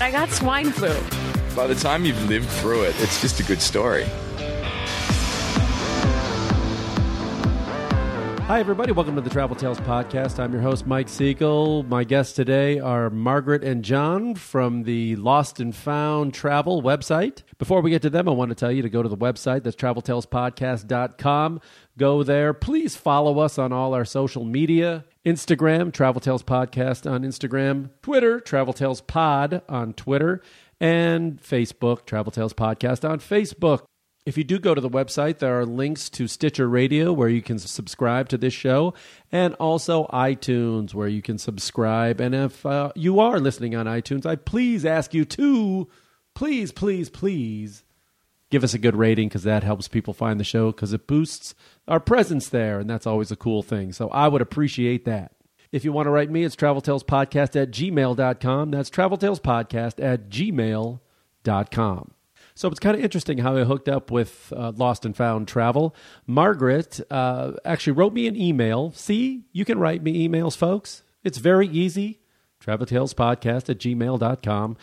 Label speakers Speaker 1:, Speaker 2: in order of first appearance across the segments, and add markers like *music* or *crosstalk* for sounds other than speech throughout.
Speaker 1: I got swine flu.
Speaker 2: By the time you've lived through it, it's just a good story.
Speaker 3: Hi, everybody. Welcome to the Travel Tales Podcast. I'm your host, Mike Siegel. My guests today are Margaret and John from the Lost and Found Travel website. Before we get to them, I want to tell you to go to the website. That's traveltalespodcast.com. Go there. Please follow us on all our social media Instagram, Travel Tales Podcast on Instagram, Twitter, Travel Tales Pod on Twitter, and Facebook, Travel Tales Podcast on Facebook. If you do go to the website, there are links to Stitcher Radio where you can subscribe to this show and also iTunes where you can subscribe. And if uh, you are listening on iTunes, I please ask you to please, please, please give us a good rating because that helps people find the show because it boosts our presence there. And that's always a cool thing. So I would appreciate that. If you want to write me, it's traveltalespodcast at gmail.com. That's traveltalespodcast at gmail.com. So it's kind of interesting how I hooked up with uh, Lost and Found Travel. Margaret uh, actually wrote me an email. See, you can write me emails, folks. It's very easy. TravelTalesPodcast at gmail.com.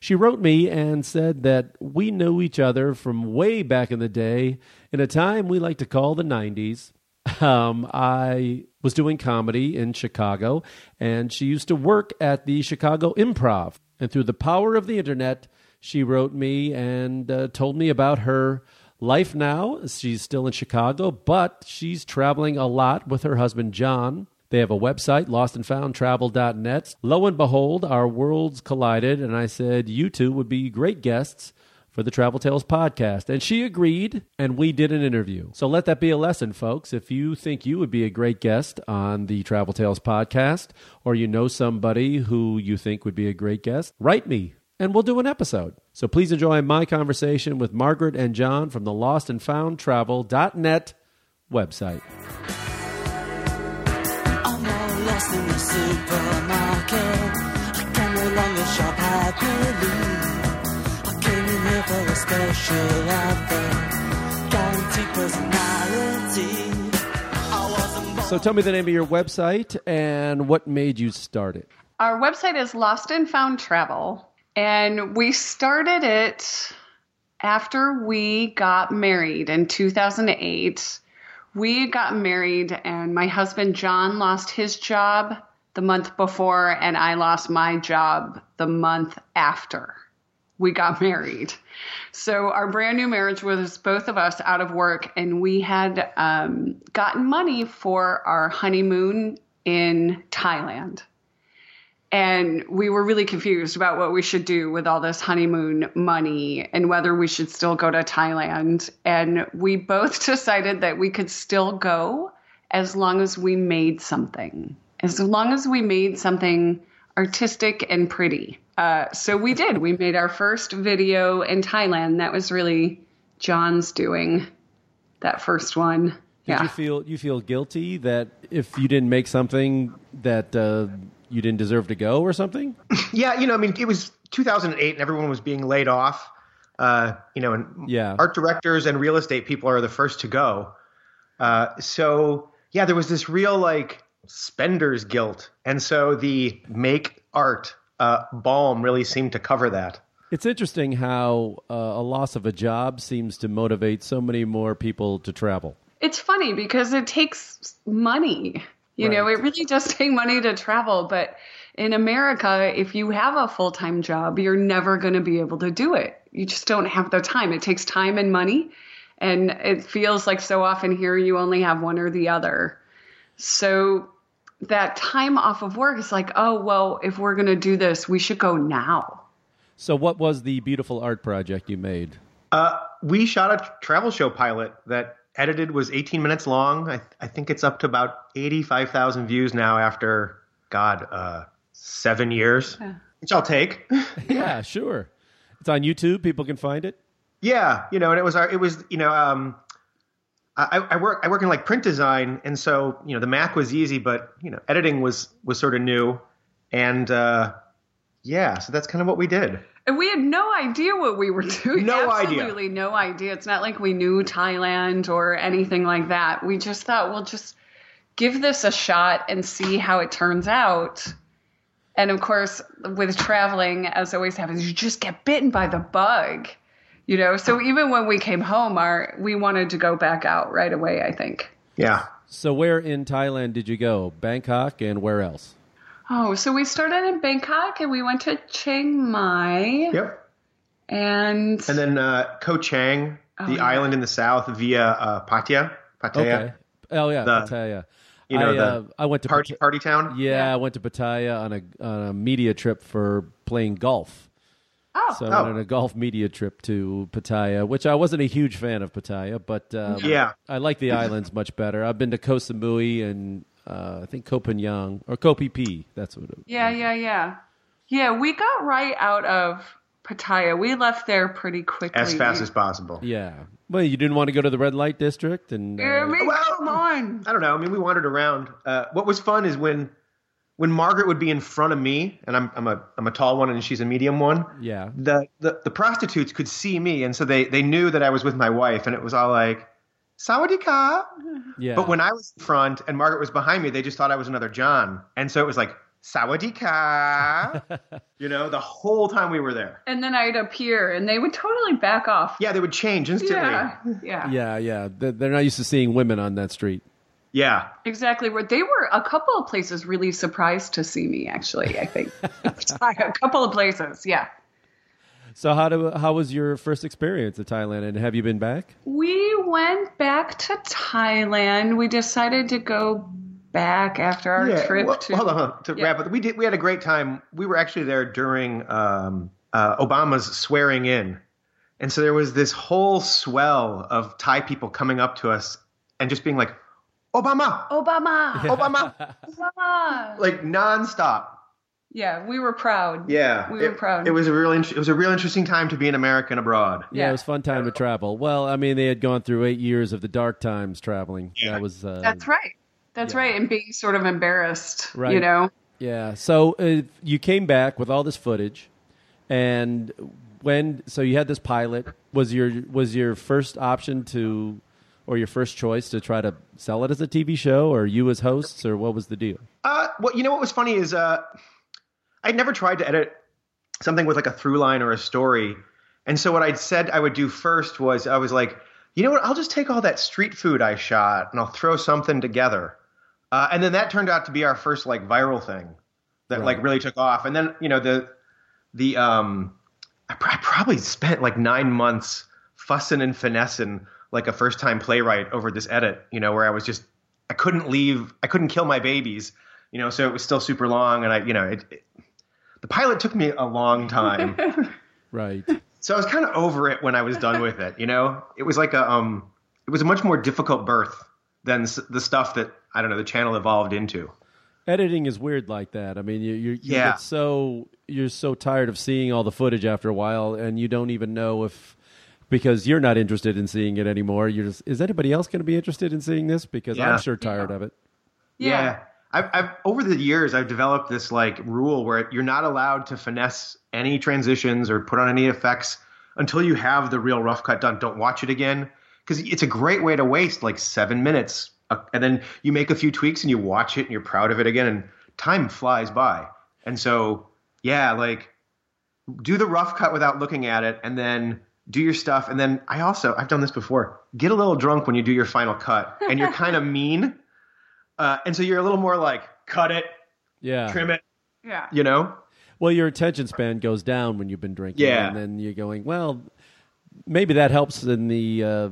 Speaker 3: She wrote me and said that we knew each other from way back in the day, in a time we like to call the 90s. Um, I was doing comedy in Chicago, and she used to work at the Chicago Improv. And through the power of the internet, she wrote me and uh, told me about her life now. She's still in Chicago, but she's traveling a lot with her husband, John. They have a website, lostandfoundtravel.net. Lo and behold, our worlds collided, and I said, You two would be great guests for the Travel Tales podcast. And she agreed, and we did an interview. So let that be a lesson, folks. If you think you would be a great guest on the Travel Tales podcast, or you know somebody who you think would be a great guest, write me and we'll do an episode. So please enjoy my conversation with Margaret and John from the Lost and Found Travel.net website.
Speaker 4: I'm all lost in the supermarket. I can no longer shop happily. I came in here for a special offer, guaranteed personality. I wasn't born.
Speaker 3: So tell me the name of your website and what made you start it.
Speaker 5: Our website is Lost and Found Travel, and we started it after we got married in 2008. We got married, and my husband John lost his job the month before, and I lost my job the month after we got married. So our brand new marriage was both of us out of work, and we had um, gotten money for our honeymoon in Thailand. And we were really confused about what we should do with all this honeymoon money and whether we should still go to Thailand. And we both *laughs* decided that we could still go as long as we made something, as long as we made something artistic and pretty. Uh, so we did. We made our first video in Thailand. That was really John's doing, that first one.
Speaker 3: Did
Speaker 5: yeah.
Speaker 3: you feel you feel guilty that if you didn't make something that uh, you didn't deserve to go or something?
Speaker 6: *laughs* Yeah, you know, I mean, it was 2008 and everyone was being laid off. Uh, you know, and
Speaker 3: Yeah.
Speaker 6: art directors and real estate people are the first to go. Uh, so yeah, there was this real like spender's guilt, and so the make art uh, balm really seemed to cover that.
Speaker 3: It's interesting how uh, a loss of a job seems to motivate so many more people to travel.
Speaker 5: it's funny because it takes money. You know, it really does take money to travel. But in America, if you have a full time job, you're never going to be able to do it. You just don't have the time. It takes time and money. And it feels like so often here you only have one or the other. So that time off of work is like, oh, well, if we're going to do this, we should go now.
Speaker 3: So, what was the beautiful art project you made?
Speaker 6: Uh, We shot a travel show pilot that edited was 18 minutes long. I, I think it's up to about 85,000 views now after God, uh, seven years, which I'll take. *laughs*
Speaker 3: yeah, sure. It's on YouTube. People can find it.
Speaker 6: Yeah, you know, and it was our, it was, you know, um, I, I work, I work in like print design, and so you know, the Mac was easy, but you know, editing was was sort of new, and uh, yeah, so that's kind of what we did.
Speaker 5: And we had no idea what we were *laughs* doing.
Speaker 6: No idea.
Speaker 5: Absolutely no idea. It's not like we knew Thailand or anything like that. We just thought, we'll just give this a shot and see how it turns out. And of course, with traveling, as always happens, you just get bitten by the bug. You know, so even when we came home, our we wanted to go back out right away, I think.
Speaker 6: Yeah.
Speaker 3: So where in Thailand did you go? Bangkok and where else?
Speaker 5: Oh, so we started in Bangkok and we went to Chiang Mai.
Speaker 6: Yep.
Speaker 5: And
Speaker 6: And then uh, Ko Chang,
Speaker 5: Oh,
Speaker 6: the
Speaker 5: yeah.
Speaker 6: island in the south via uh, Pattaya. Pattaya.
Speaker 3: Okay. Oh yeah,
Speaker 6: The-
Speaker 3: Pattaya.
Speaker 6: you know,
Speaker 3: I,
Speaker 6: the
Speaker 3: uh, I went to
Speaker 6: party party town.
Speaker 3: Yeah, I went to Pattaya on a on a media trip for playing golf.
Speaker 5: Oh,
Speaker 3: so I went on a golf media trip to Pattaya, which I wasn't a huge fan of Pattaya, but um,
Speaker 6: Yeah.
Speaker 3: I like the islands much better. I've been to Koh Samui and uh, I think Koh Phangan or Koh Phi Phi. That's what. It,
Speaker 6: Mm.
Speaker 5: Yeah, yeah, yeah. Yeah, we got right out of Pattaya. We left there pretty quickly.
Speaker 6: As fast as possible.
Speaker 3: yeah. Well, you didn't want to go to the red light district, and uh,
Speaker 5: I mean,
Speaker 6: Well-
Speaker 5: come on.
Speaker 6: I don't know. I mean, we wandered around. Uh, what was fun is when when Margaret would be in front of me, and I'm I'm a I'm a tall one, and she's a medium one.
Speaker 3: yeah,
Speaker 6: The the, the prostitutes could see me, and so they they knew that I was with my wife, and it was all like. Sawadika.
Speaker 3: yeah.
Speaker 6: But when I was in front and Margaret was behind me, they just thought I was another John. And so it was like,
Speaker 3: *laughs*
Speaker 6: Sawadika. you know, the whole time we were there.
Speaker 5: And then I'd appear and they would totally back off.
Speaker 6: Yeah, they would change instantly.
Speaker 5: Yeah. Yeah.
Speaker 3: yeah, yeah, They- they're not used to seeing women on that street.
Speaker 6: yeah.
Speaker 5: Exactly. Where they were a couple of places really surprised to see me actually, I think. a couple of places, yeah.
Speaker 3: So how do how was your first experience of Thailand, and have you been back?
Speaker 5: We went back to Thailand. We decided to go back after our
Speaker 6: Yeah,
Speaker 5: trip
Speaker 6: well,
Speaker 5: to
Speaker 6: hold on, hold on. to
Speaker 5: Yeah.
Speaker 6: wrap up. We did. We had a great time. We were actually there during um, uh, Obama's swearing in, and so there was this whole swell of Thai people coming up to us and just being like,
Speaker 5: *laughs*
Speaker 6: "Obama,
Speaker 5: Obama.
Speaker 6: Obama,"
Speaker 5: Obama.
Speaker 6: like nonstop.
Speaker 5: Yeah, we were proud.
Speaker 6: Yeah,
Speaker 5: We were
Speaker 6: it,
Speaker 5: proud.
Speaker 6: It was a real. int- It was a real interesting time to be an American abroad.
Speaker 3: Yeah, it was a fun time to travel. Well, I mean, they had gone through eight years of the dark times traveling. That was uh,
Speaker 5: That's right. That's right. And being sort of embarrassed,
Speaker 3: Right.
Speaker 5: you know?
Speaker 3: yeah. So uh, you came back with all this footage, and when so you had this pilot was your was your first option to or your first choice to try to sell it as a TV show or you as hosts or what was the deal?
Speaker 6: Uh, well, you know what was funny is uh, I'd never tried to edit something with like a through line or a story. And so what I'd said I would do first was I was like, you know what? I'll just take all that street food I shot and I'll throw something together. Uh, and then that turned out to be our first like viral thing that
Speaker 3: Right.
Speaker 6: like really took off. And then you know the the um I, pr- I probably spent like nine months fussing and finessing like a first time playwright over this edit. You know where I was just I couldn't leave I couldn't kill my babies. You know so it was still super long and I you know it, it the pilot took me a long time.
Speaker 3: Right.
Speaker 6: So I was kind of over it when I was done with it. You know, it was like a um, it was a much more difficult birth than s- the stuff that I don't know the channel evolved into.
Speaker 3: Editing is weird like that. I mean, you you, you
Speaker 6: Yeah.
Speaker 3: get so you're so tired of seeing all the footage after a while, and you don't even know if because you're not interested in seeing it anymore. You're just is anybody else going to be interested in seeing this? Because
Speaker 6: Yeah.
Speaker 3: I'm sure tired of it.
Speaker 5: Yeah.
Speaker 6: I've, I've over the years I've developed this like rule where you're not allowed to finesse any transitions or put on any effects until you have the real rough cut done. Don't watch it again because it's a great way to waste like seven minutes, uh, and then you make a few tweaks and you watch it and you're proud of it again, and time flies by. And so yeah, like do the rough cut without looking at it, and then do your stuff. And then I also I've done this before. Get a little drunk when you do your final cut, and you're kind of mean. Uh, and so you're a little more like cut it,
Speaker 3: Yeah.
Speaker 6: trim it,
Speaker 5: Yeah.
Speaker 6: you know?
Speaker 3: Well, your attention span goes down when you've been drinking.
Speaker 6: Yeah.
Speaker 3: And then you're going, well, maybe that helps in the uh,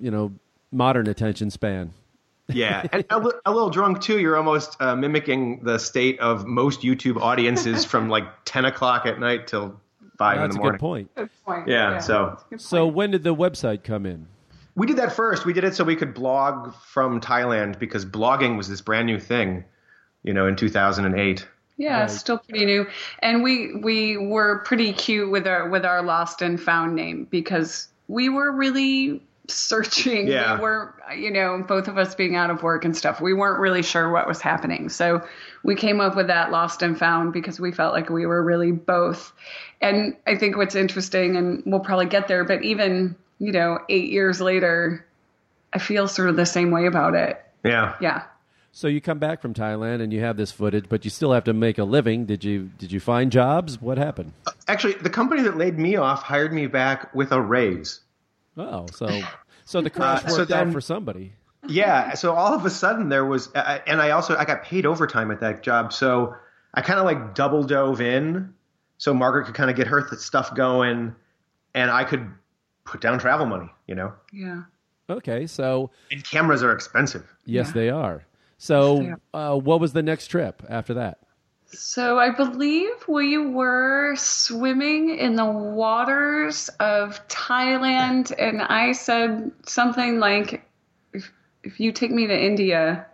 Speaker 3: you know modern attention span. *laughs*
Speaker 6: Yeah. And a, li- a little drunk too. You're almost uh, mimicking the state of most YouTube audiences from like 10 o'clock at night till five in
Speaker 3: That's
Speaker 6: the
Speaker 3: a
Speaker 6: morning.
Speaker 3: good point.
Speaker 5: Good point.
Speaker 6: Yeah, so-
Speaker 5: Good
Speaker 3: So
Speaker 5: point.
Speaker 3: when did the website come in?
Speaker 6: We did that first. We did it so we could blog from Thailand because blogging was this brand new thing, you know, in 2008.
Speaker 5: Yeah,
Speaker 3: Right.
Speaker 5: still pretty new. And we we were pretty cute with our with our lost and found name because we were really searching.
Speaker 6: Yeah.
Speaker 5: We were you know, both of us being out of work and stuff. We weren't really sure what was happening. So we came up with that lost and found because we felt like we were really both. And I think what's interesting and we'll probably get there, but even, you know, 8 years later, I feel sort of the same way about it.
Speaker 6: Yeah.
Speaker 5: Yeah.
Speaker 3: So you come back from Thailand and you have this footage, but you still have to make a living. Did you did you find jobs? What happened?
Speaker 6: Actually, the company that laid me off hired me back with a raise.
Speaker 3: Oh, so so the crash
Speaker 6: Uh,
Speaker 3: worked
Speaker 6: so
Speaker 3: out
Speaker 6: then-
Speaker 3: for somebody.
Speaker 6: yeah so all of a sudden there was uh, and i also i got paid overtime at that job so i kind of like double dove in so margaret could kind of get her th- stuff going and i could put down travel money you know
Speaker 5: Yeah.
Speaker 3: Okay, so
Speaker 6: and cameras are expensive
Speaker 3: yes, they are. So uh, what was the next trip after that?
Speaker 5: So I believe we were swimming in the waters of Thailand, and I said something like, "If if you take me to India,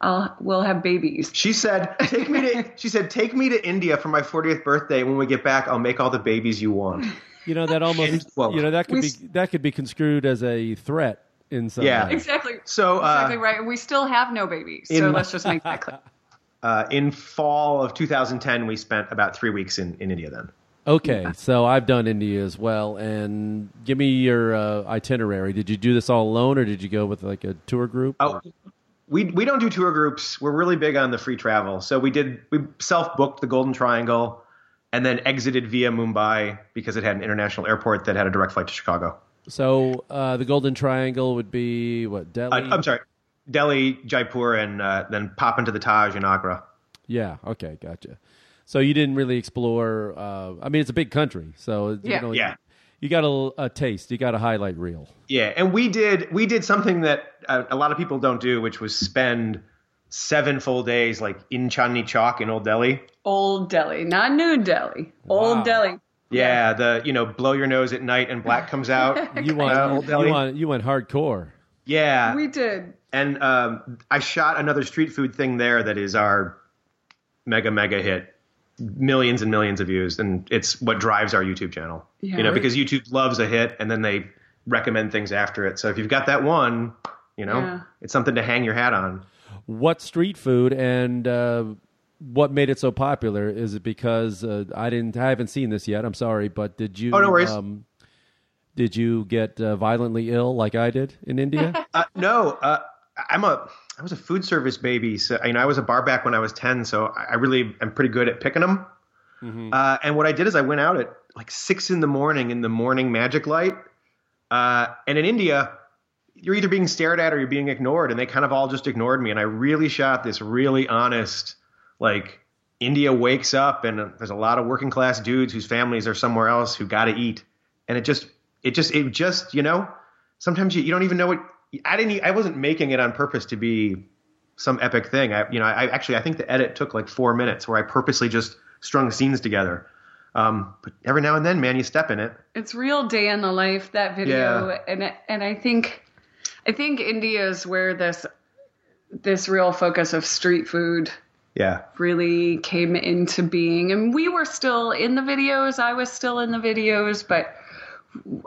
Speaker 5: I'll we'll have babies."
Speaker 6: she said take me to she said take me to india for my 40th birthday when we get back i'll make all the babies you want
Speaker 3: You know that almost
Speaker 6: Well,
Speaker 3: you know that could
Speaker 5: we
Speaker 3: be
Speaker 5: s-
Speaker 3: that could be construed as a threat in some
Speaker 6: Yeah.
Speaker 3: way.
Speaker 5: Exactly.
Speaker 6: so uh,
Speaker 5: Exactly right. We still have no babies, so
Speaker 6: in-
Speaker 5: let's just make
Speaker 6: *laughs*
Speaker 5: that clear.
Speaker 6: uh, in fall of 2010 we spent about three weeks in, in india then
Speaker 3: Okay, so I've done India as well, and give me your uh, itinerary. Did you do this all alone, or did you go with like a tour group?
Speaker 6: Oh, we we don't do tour groups. We're really big on the free travel. So we did we self booked the Golden Triangle, and then exited via Mumbai because it had an international airport that had a direct flight to Chicago.
Speaker 3: So uh, the Golden Triangle would be what Delhi?
Speaker 6: Uh, I'm sorry, Delhi, Jaipur, and uh, then pop into the Taj in Agra.
Speaker 3: Yeah. Okay. Gotcha. So you didn't really explore. Uh, I mean, it's a big country, so
Speaker 5: Yeah.
Speaker 3: you know,
Speaker 6: Yeah.
Speaker 3: You got a, a taste. You got a highlight reel.
Speaker 6: Yeah, and we did we did something that uh, a, a lot of people don't do, which was spend seven full days like in Chandni Chowk in Old Delhi.
Speaker 5: Old Delhi, not New Delhi.
Speaker 3: Wow.
Speaker 5: Old Delhi.
Speaker 6: Yeah, the you know blow your nose at night and black comes out.
Speaker 3: *laughs* You want.
Speaker 6: Uh,
Speaker 3: you-
Speaker 6: Old
Speaker 3: you,
Speaker 6: Delhi.
Speaker 3: want. You went hardcore.
Speaker 6: yeah,
Speaker 5: We did.
Speaker 6: And um, I shot another street food thing there that is our mega mega hit, millions and millions of views, and it's what drives our YouTube channel.
Speaker 5: Yeah.
Speaker 6: you know, because YouTube loves a hit, and then they recommend things after it. So if you've got that one, you know,
Speaker 5: Yeah.
Speaker 6: it's something to hang your hat on.
Speaker 3: What street food and uh, what made it so popular? Is it because uh, I didn't? I haven't seen this yet. I'm sorry, but did you?
Speaker 6: Oh, no worries.
Speaker 3: Um, did you get uh, violently ill like I did in India?
Speaker 6: Uh, no, uh, I'm a I was a food service baby, so you know I was a bar back when I was ten, so I I really am pretty good at picking them. Uh, and what I did is I went out at like six in the morning in the morning magic light. Uh, and in India, you're either being stared at or you're being ignored, and they kind of all just ignored me. And I really shot this really honest, like India wakes up and there's a lot of working class dudes whose families are somewhere else who got to eat, and it just it just it just you know sometimes you, you don't even know what I didn't e, I wasn't making it on purpose to be some epic thing. I, you know, I actually I think the edit took like four minutes where I purposely just strung scenes together. Um, but every now and then, man, you step in it.
Speaker 5: it's real day in the life that video
Speaker 6: Yeah.
Speaker 5: and and i think i think india is where this this real focus of street food
Speaker 6: Yeah,
Speaker 5: really came into being and we were still in the videos i was still in the videos but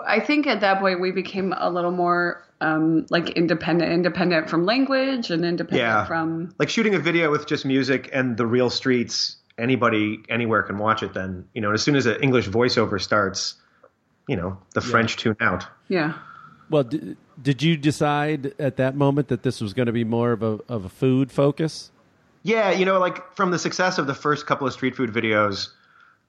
Speaker 5: i think at that point we became a little more um, like independent independent from language and independent
Speaker 6: Yeah.
Speaker 5: from
Speaker 6: like shooting a video with just music and the real streets. Anybody anywhere can watch it. Then you know, and as soon as an English voiceover starts, you know, the French tune out.
Speaker 5: yeah
Speaker 3: well, d- did you decide at that moment that this was going to be more of a of a food focus?
Speaker 6: Yeah, you know, like from the success of the first couple of street food videos,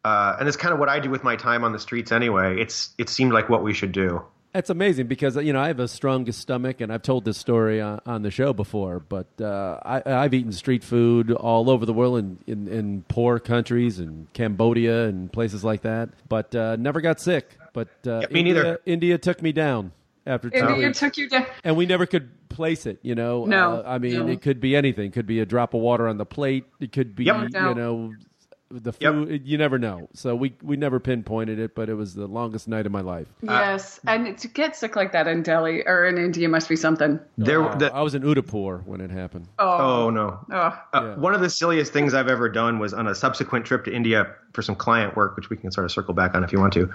Speaker 6: uh, and it's kind of what I do with my time on the streets anyway. It's it seemed like what we should do.
Speaker 3: That's amazing because you know I have a strong stomach, and I've told this story on, on the show before. But uh, I, I've eaten street food all over the world in, in, in poor countries and Cambodia and places like that, but uh, never got sick. But uh,
Speaker 6: me
Speaker 3: India,
Speaker 6: neither.
Speaker 3: India took me down after two
Speaker 5: india
Speaker 3: weeks.
Speaker 5: took you down
Speaker 3: and we never could place it. You know,
Speaker 5: No.
Speaker 3: Uh, I mean,
Speaker 5: No.
Speaker 3: it could be anything. It could be a drop of water on the plate. It could be
Speaker 6: Yep.
Speaker 3: you
Speaker 5: No doubt.
Speaker 3: know The food, you never know. So we we never pinpointed it, but it was the longest night of my life.
Speaker 5: Yes,
Speaker 6: Uh,
Speaker 5: and to get sick like that in Delhi or in India must be something.
Speaker 6: There,
Speaker 3: Uh,
Speaker 6: the,
Speaker 3: I was in Udaipur when it happened.
Speaker 5: Oh,
Speaker 6: oh no.
Speaker 5: oh.
Speaker 6: Uh, One of the silliest things I've ever done was on a subsequent trip to India for some client work, which we can sort of circle back on if you want to.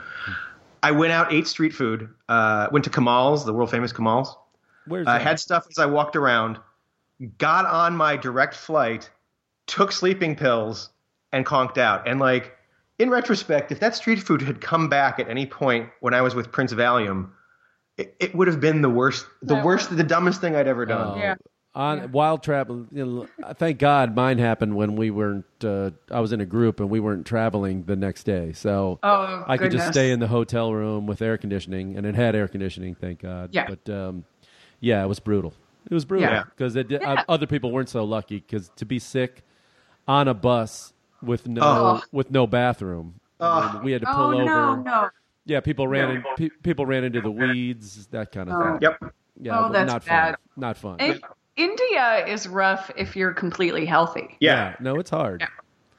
Speaker 6: I went out, ate street food, uh, went to Kamal's, the world famous Kamal's.
Speaker 3: Where's
Speaker 6: I
Speaker 3: that?
Speaker 6: had stuff as I walked around, got on my direct flight, took sleeping pills, and conked out. And like in retrospect, if that street food had come back at any point when I was with Prince Valium, it, it would have been the worst, the worst, the dumbest thing I'd ever done.
Speaker 3: Oh.
Speaker 5: Yeah.
Speaker 3: on wild travel. You know, thank God mine happened when we weren't. Uh, I was in a group and we weren't traveling the next day, so
Speaker 5: Oh,
Speaker 3: I could just
Speaker 5: goodness.
Speaker 3: stay in the hotel room with air conditioning, and it had air conditioning, thank God.
Speaker 5: Yeah.
Speaker 3: But um, yeah, it was brutal. It was brutal
Speaker 6: Yeah.
Speaker 3: because other people weren't so lucky because to be sick on a bus with no
Speaker 6: Oh.
Speaker 3: with no bathroom, I mean, we had to pull
Speaker 5: oh
Speaker 3: over.
Speaker 5: no, no.
Speaker 3: Yeah, people ran in, pe- people ran into the weeds, that kind of
Speaker 5: Oh.
Speaker 3: thing.
Speaker 6: Yep.
Speaker 3: Yeah,
Speaker 5: Oh,
Speaker 3: but
Speaker 5: that's
Speaker 3: not
Speaker 5: bad.
Speaker 3: fun. Not fun.
Speaker 5: In- India is rough if you're completely healthy.
Speaker 6: Yeah.
Speaker 3: no, it's hard.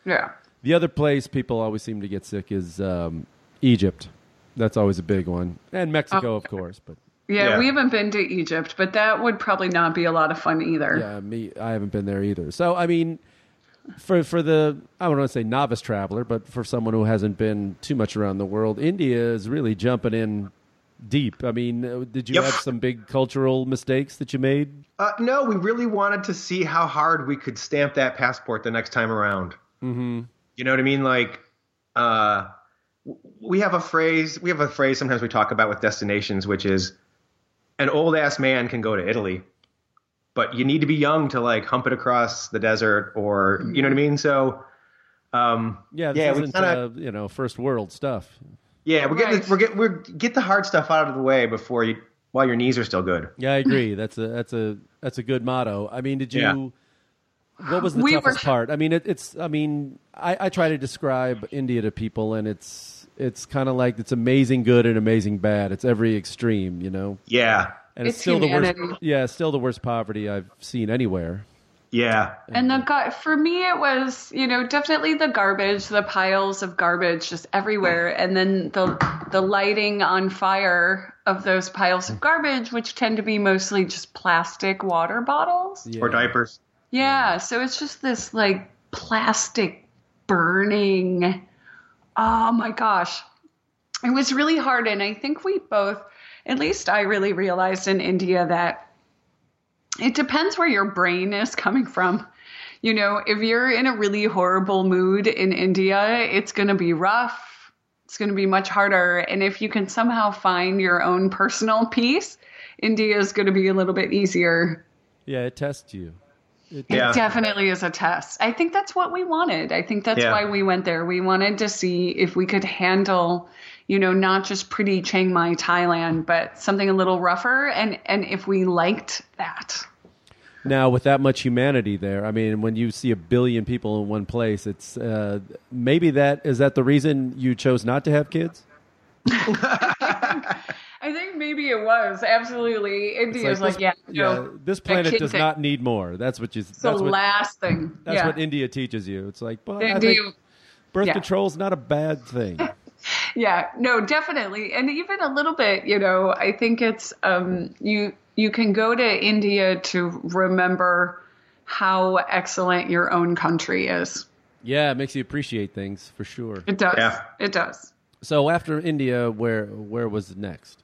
Speaker 5: Yeah.
Speaker 3: The other place people always seem to get sick is um, Egypt. That's always a big one, and
Speaker 5: Oh,
Speaker 3: Mexico, of course. But
Speaker 5: yeah,
Speaker 6: Yeah.
Speaker 5: We haven't been to Egypt, but that would probably not be a lot of fun either.
Speaker 3: yeah, me, I haven't been there either. So I mean, for for the I don't want to say novice traveler, but for someone who hasn't been too much around the world, India is really jumping in deep. I mean, uh, did you
Speaker 6: Yep.
Speaker 3: have some big cultural mistakes that you made?
Speaker 6: Uh, no, we really wanted to see how hard we could stamp that passport the next time around. Mm-hmm. You know what I mean? Like, uh, w- we have a phrase. We have a phrase sometimes we talk about with destinations, which is, an old ass man can go to Italy, but you need to be young to like hump it across the desert, or you know what I mean. So, um,
Speaker 3: Yeah, this
Speaker 6: yeah, we
Speaker 3: isn't
Speaker 6: kinda-
Speaker 3: uh, you know first world stuff.
Speaker 6: yeah, we're getting
Speaker 5: Right.
Speaker 6: the, we're get we're get the hard stuff out of the way before you while your knees are still good.
Speaker 3: Yeah, I agree. That's a that's a that's a good motto. I mean, did you? What was the
Speaker 5: We
Speaker 3: toughest
Speaker 5: were-
Speaker 3: part? I mean, it, it's. I mean, I, I try to describe India to people, and it's it's kind of like it's amazing good and amazing bad. It's every extreme, you know.
Speaker 6: Yeah,
Speaker 3: And
Speaker 5: It's
Speaker 3: still the worst.
Speaker 5: humanity.
Speaker 3: Yeah, it's still the worst poverty I've seen anywhere.
Speaker 6: yeah,
Speaker 5: And the gar- for me, it was you know definitely the garbage, the piles of garbage just everywhere, and then the the lighting on fire of those piles of garbage, which tend to be mostly just plastic water bottles.
Speaker 3: Yeah.
Speaker 6: or diapers.
Speaker 5: Yeah, so it's just this like plastic burning. Oh my gosh. It was really hard. And I think we both, at least I really realized in India that it depends where your brain is coming from. You know, if you're in a really horrible mood in India, it's going to be rough. It's going to be much harder. And if you can somehow find your own personal peace, India is going to be a little bit easier
Speaker 3: Yeah, it tests you.
Speaker 5: it
Speaker 6: Yeah.
Speaker 5: definitely is a test. I think that's what we wanted. I think that's
Speaker 6: Yeah.
Speaker 5: why we went there. We wanted to see if we could handle, you know, not just pretty Chiang Mai, Thailand, but something a little rougher and and if we liked that.
Speaker 3: Now, with that much humanity there, I mean, when you see a billion people in one place, it's uh, maybe that is that the reason you chose not to have kids.
Speaker 5: I think maybe it was absolutely India is like,
Speaker 3: this,
Speaker 5: yeah, no,
Speaker 3: this
Speaker 5: that
Speaker 3: planet
Speaker 5: kid
Speaker 3: does
Speaker 5: thing.
Speaker 3: not need more. That's what you.
Speaker 5: It's the
Speaker 3: that's what,
Speaker 5: last thing.
Speaker 3: That's
Speaker 5: yeah.
Speaker 3: what India teaches you. It's like, well, I
Speaker 5: India-
Speaker 3: think birth
Speaker 5: yeah.
Speaker 3: control is not a bad thing.
Speaker 5: yeah no definitely and even a little bit you know i think it's um you you can go to india to remember how excellent your own country is
Speaker 3: *laughs* yeah, it makes you appreciate things for sure.
Speaker 5: it does
Speaker 6: Yeah.
Speaker 5: it does
Speaker 3: So after India, where where was next?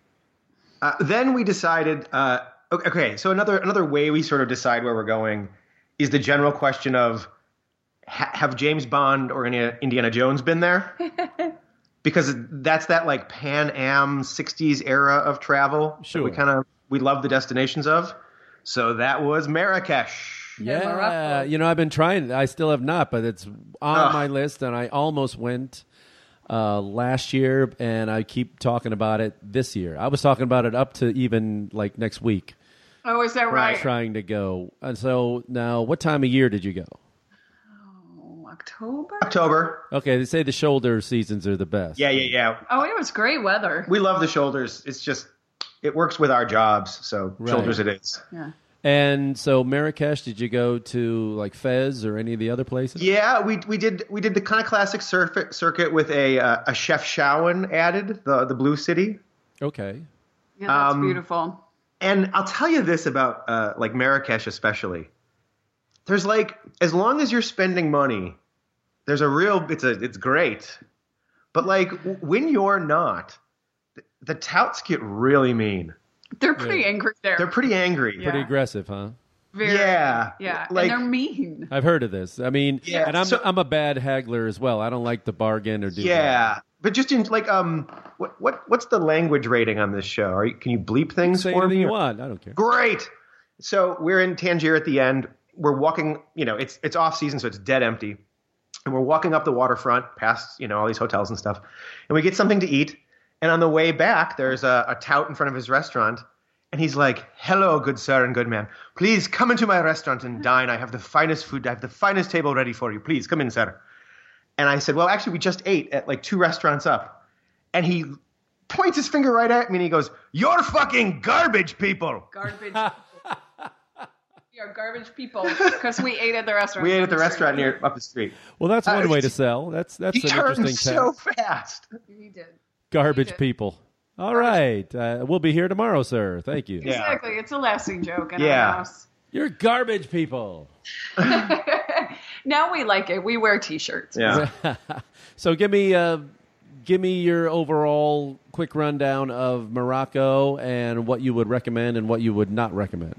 Speaker 6: Uh, then we decided. Uh, o- okay, so another another way we sort of decide where we're going is the general question of ha- have James Bond or Indi- Indiana Jones been there? because that's that like Pan Am '60s era of travel. that
Speaker 3: Sure.
Speaker 6: we kind of we love the destinations of. So that was Marrakesh.
Speaker 3: Yeah,
Speaker 5: Morocco.
Speaker 3: you know, I've been trying. I still have not, but it's on
Speaker 6: Ugh.
Speaker 3: my list, and I almost went uh, last year, and I keep talking about it this year. I was talking about it up to even like next week.
Speaker 5: oh is that
Speaker 6: Right.
Speaker 5: right,
Speaker 3: trying to go. And so now, what time of year did you go?
Speaker 5: Oh, october
Speaker 6: October.
Speaker 3: Okay, they say the shoulder seasons are the best.
Speaker 6: Yeah, yeah, yeah.
Speaker 5: oh it was great weather
Speaker 6: We love the shoulders. It's just it works with our jobs. So
Speaker 3: Right.
Speaker 6: shoulders it is.
Speaker 5: yeah
Speaker 3: And so Marrakesh, did you go to like Fez or any of the other places?
Speaker 6: Yeah, we we did we did the kind of classic circuit circuit with a uh, a chef Shawan added the the Blue City.
Speaker 3: Okay.
Speaker 5: Yeah, that's
Speaker 6: Um,
Speaker 5: beautiful.
Speaker 6: And I'll tell you this about uh, like Marrakesh especially. There's like as long as you're spending money, there's a real it's a it's great. But like w- when you're not, th- the touts get really mean.
Speaker 5: They're pretty angry there.
Speaker 6: They're pretty angry.
Speaker 5: Yeah.
Speaker 3: Pretty aggressive, huh?
Speaker 5: Very,
Speaker 6: yeah.
Speaker 5: Yeah.
Speaker 6: Like-
Speaker 5: and they're mean.
Speaker 3: I've heard of this. I mean,
Speaker 6: Yeah,
Speaker 3: and I'm
Speaker 6: so-
Speaker 3: I'm a bad haggler as well. I don't like to bargain or do.
Speaker 6: Yeah. But just in like um what what what's the language rating on this show? Are you, can you bleep
Speaker 3: that.
Speaker 6: things
Speaker 3: say
Speaker 6: for
Speaker 3: anything
Speaker 6: me?
Speaker 3: you
Speaker 6: or-
Speaker 3: want. I don't care.
Speaker 6: Great. So we're in Tangier at the end. We're walking, you know, it's it's off season, so it's dead empty. And we're walking up the waterfront past, you know, all these hotels and stuff. And we get something to eat. And on the way back, there's a, a tout in front of his restaurant. And he's like, Hello, good sir and good man. Please come into my restaurant and dine. I have the finest food. I have the finest table ready for you. Please come in, sir. And I said, Well, actually, we just ate at like two restaurants up. And he points his finger right at me and he goes, You're fucking garbage people.
Speaker 5: Garbage. people. we are garbage
Speaker 6: *laughs*
Speaker 5: people because we ate at the restaurant.
Speaker 6: We ate at the restaurant near up the street.
Speaker 3: Well, that's
Speaker 6: Uh,
Speaker 3: one way to sell. That's that's
Speaker 6: He
Speaker 3: an interesting
Speaker 6: turned so
Speaker 3: tack.
Speaker 6: fast.
Speaker 5: We did.
Speaker 3: Garbage people. All right, uh, we'll be here tomorrow, sir. Thank you.
Speaker 6: Yeah.
Speaker 5: Exactly. It's a lasting joke in
Speaker 6: Yeah.
Speaker 5: our house.
Speaker 3: You're garbage people.
Speaker 5: Now we like it. We wear t-shirts.
Speaker 6: Yeah.
Speaker 3: so give me uh, give me your overall quick rundown of Morocco and what you would recommend and what you would not recommend.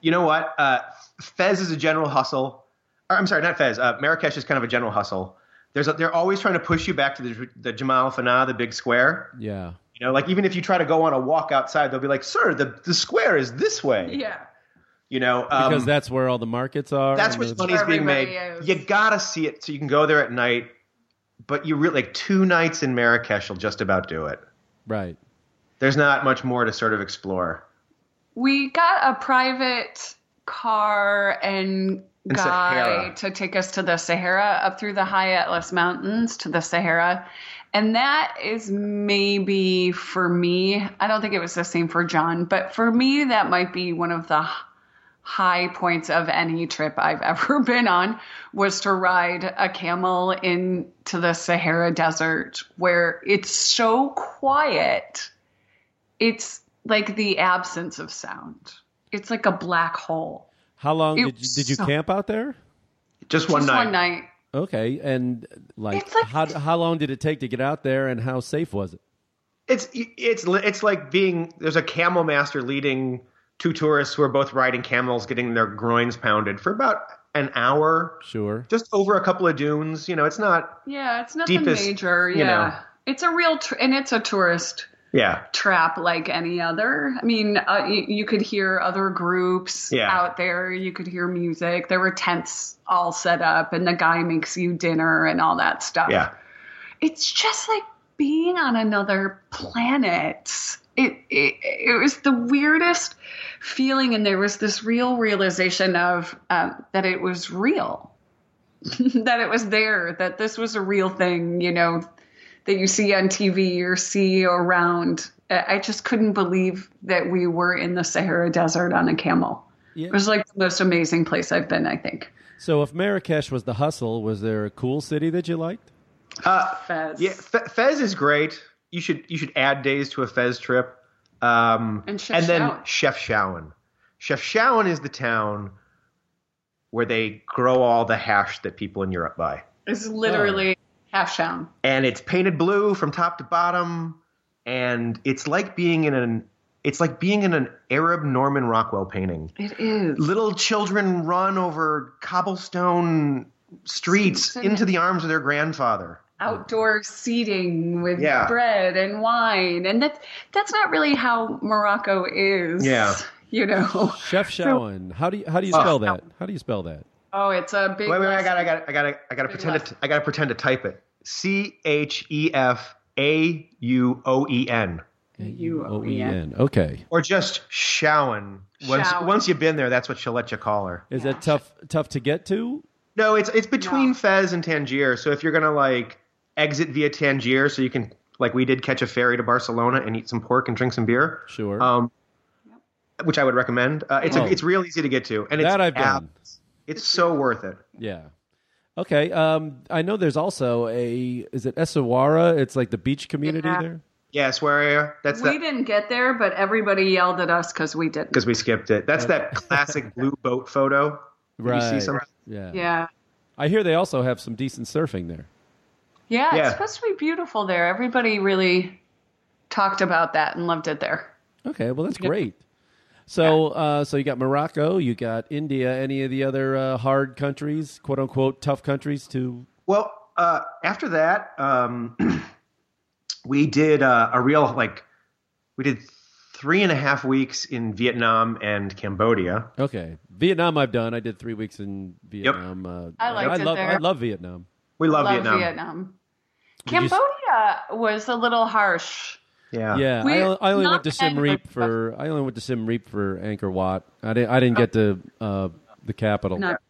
Speaker 6: You know what? Uh, Fez is a general hustle. Or, I'm sorry, not Fez. Uh, Marrakesh is kind of a general hustle. There's a, they're always trying to push you back to the, the Jamal Fana, the big square.
Speaker 3: Yeah.
Speaker 6: You know, like even if you try to go on a walk outside, they'll be like, "Sir, the, the square is this way."
Speaker 5: Yeah.
Speaker 6: You know, um,
Speaker 3: Because that's where all the markets are.
Speaker 6: that's
Speaker 3: and
Speaker 6: where
Speaker 3: those-
Speaker 6: money's being made.
Speaker 5: Everybody is.
Speaker 6: You gotta see it so you can go there at night. But you really like two nights in Marrakesh will just about do it.
Speaker 3: Right.
Speaker 6: There's not much more to sort of explore.
Speaker 5: We got a private car and
Speaker 6: In
Speaker 5: guy
Speaker 6: Sahara.
Speaker 5: to take us to the Sahara up through the high Atlas Mountains to the Sahara. And that is maybe for me, I don't think it was the same for John, but for me, that might be one of the h- high points of any trip I've *laughs* ever been on was to ride a camel into the Sahara desert where it's so quiet it's like the absence of sound. It's like a black hole.
Speaker 3: How long
Speaker 5: It
Speaker 3: did you, did you
Speaker 5: sucked.
Speaker 3: camp out there?
Speaker 6: Just one
Speaker 5: Just
Speaker 6: night.
Speaker 5: one night.
Speaker 3: Okay, and like,
Speaker 5: It's like-
Speaker 3: how how long did it take to get out there, and how safe was it?
Speaker 6: It's it's it's like being there's a camel master leading two tourists who are both riding camels, getting their groins pounded for about an hour,
Speaker 3: Sure.
Speaker 6: just over a couple of dunes. You know, it's not.
Speaker 5: Yeah, it's nothing
Speaker 6: Deepest,
Speaker 5: major. Yeah.
Speaker 6: you know.
Speaker 5: It's a real, tr- and it's a tourist
Speaker 6: Yeah,
Speaker 5: trap like any other. I mean, uh, y- you could hear other groups
Speaker 6: Yeah.
Speaker 5: out there. You could hear music. There were tents all set up, and the guy makes you dinner and all that stuff.
Speaker 6: yeah.
Speaker 5: it's just like being on another planet. It, it it was the weirdest feeling, and there was this real realization of um, that it was real, *laughs* that it was there, that this was a real thing. You know, that you see on TV or see around. I I just couldn't believe that we were in the Sahara Desert on a camel.
Speaker 3: Yeah.
Speaker 5: It was like the most amazing place I've been. I think.
Speaker 3: So, if Marrakesh was the hustle, was there a cool city that you liked?
Speaker 6: Uh,
Speaker 5: Fez.
Speaker 6: yeah. Fe- Fez is great. You should you should add days to a Fez trip. Um,
Speaker 5: And Chef
Speaker 6: then
Speaker 5: Shawan.
Speaker 6: Chef Shawan. Chef Shawan is the town where they grow all the hash that people in Europe buy.
Speaker 5: It's literally half shown.
Speaker 6: and it's painted blue from top to bottom and it's like being in an it's like being in an arab norman rockwell painting
Speaker 5: It is.
Speaker 6: little children run over cobblestone streets into the arms of their grandfather
Speaker 5: outdoor seating with
Speaker 6: Mm. Yeah.
Speaker 5: bread and wine and that that's not really how Morocco is.
Speaker 6: Yeah.
Speaker 5: *laughs* You know.
Speaker 3: Chef Shawan. How do you how do you spell that? How do you spell that?
Speaker 5: Oh, it's a big
Speaker 6: wait wait i
Speaker 5: lesson.
Speaker 6: got i got i got i got to pretend to i got to pretend to type it c h e f a u o e n
Speaker 5: you
Speaker 3: O E N. Okay.
Speaker 6: or just Shawan. Once
Speaker 5: Shawan.
Speaker 6: once you've been there, that's what she'll let you call her.
Speaker 3: Is that tough tough to get to?
Speaker 6: No, it's it's between Fez and Tangier. So if you're gonna like exit via Tangier, so you Um, can like we did catch a ferry to Barcelona and eat some pork and drink some beer.
Speaker 3: Sure.
Speaker 6: Um, which I would recommend. Uh, it's
Speaker 3: Oh.
Speaker 6: a, it's real easy to get to, and it's
Speaker 3: That I've done.
Speaker 6: abs- It's so worth it.
Speaker 3: Yeah. Okay. Um, I know there's also a is it Essaouira? It's like the beach community
Speaker 5: Yeah.
Speaker 3: there.
Speaker 6: Yeah, swear area. That's
Speaker 5: we
Speaker 6: that
Speaker 5: didn't get there, but everybody yelled at us because we didn't.
Speaker 6: because we skipped it. That's that classic blue boat photo. that You see
Speaker 3: Right.
Speaker 6: somewhere.
Speaker 3: Yeah.
Speaker 5: Yeah.
Speaker 3: I hear they also have some decent surfing there.
Speaker 5: yeah,
Speaker 3: Yeah.
Speaker 5: it's supposed to be beautiful there. Everybody really talked about that and loved it there.
Speaker 3: Okay. Well, that's great. So, uh, so you got Morocco, you got India. Any of the other uh, hard countries, quote unquote, tough countries to?
Speaker 6: Well, uh, after that, um, *clears throat* we did uh, a real like we did three and a half weeks in Vietnam and Cambodia.
Speaker 3: Okay, Vietnam. I've done. I did three weeks in Vietnam. Uh,
Speaker 5: I liked it
Speaker 3: love.
Speaker 5: there.
Speaker 3: I love Vietnam.
Speaker 6: We
Speaker 3: Did you s-
Speaker 5: Cambodia was a little harsh.
Speaker 6: Yeah,
Speaker 3: yeah. I,
Speaker 5: We're
Speaker 3: o- I only went
Speaker 5: not
Speaker 3: to Siem
Speaker 5: end
Speaker 3: Reap for. I only went to Siem Reap for Angkor Wat. I didn't. I didn't get to uh, the capital.
Speaker 5: Not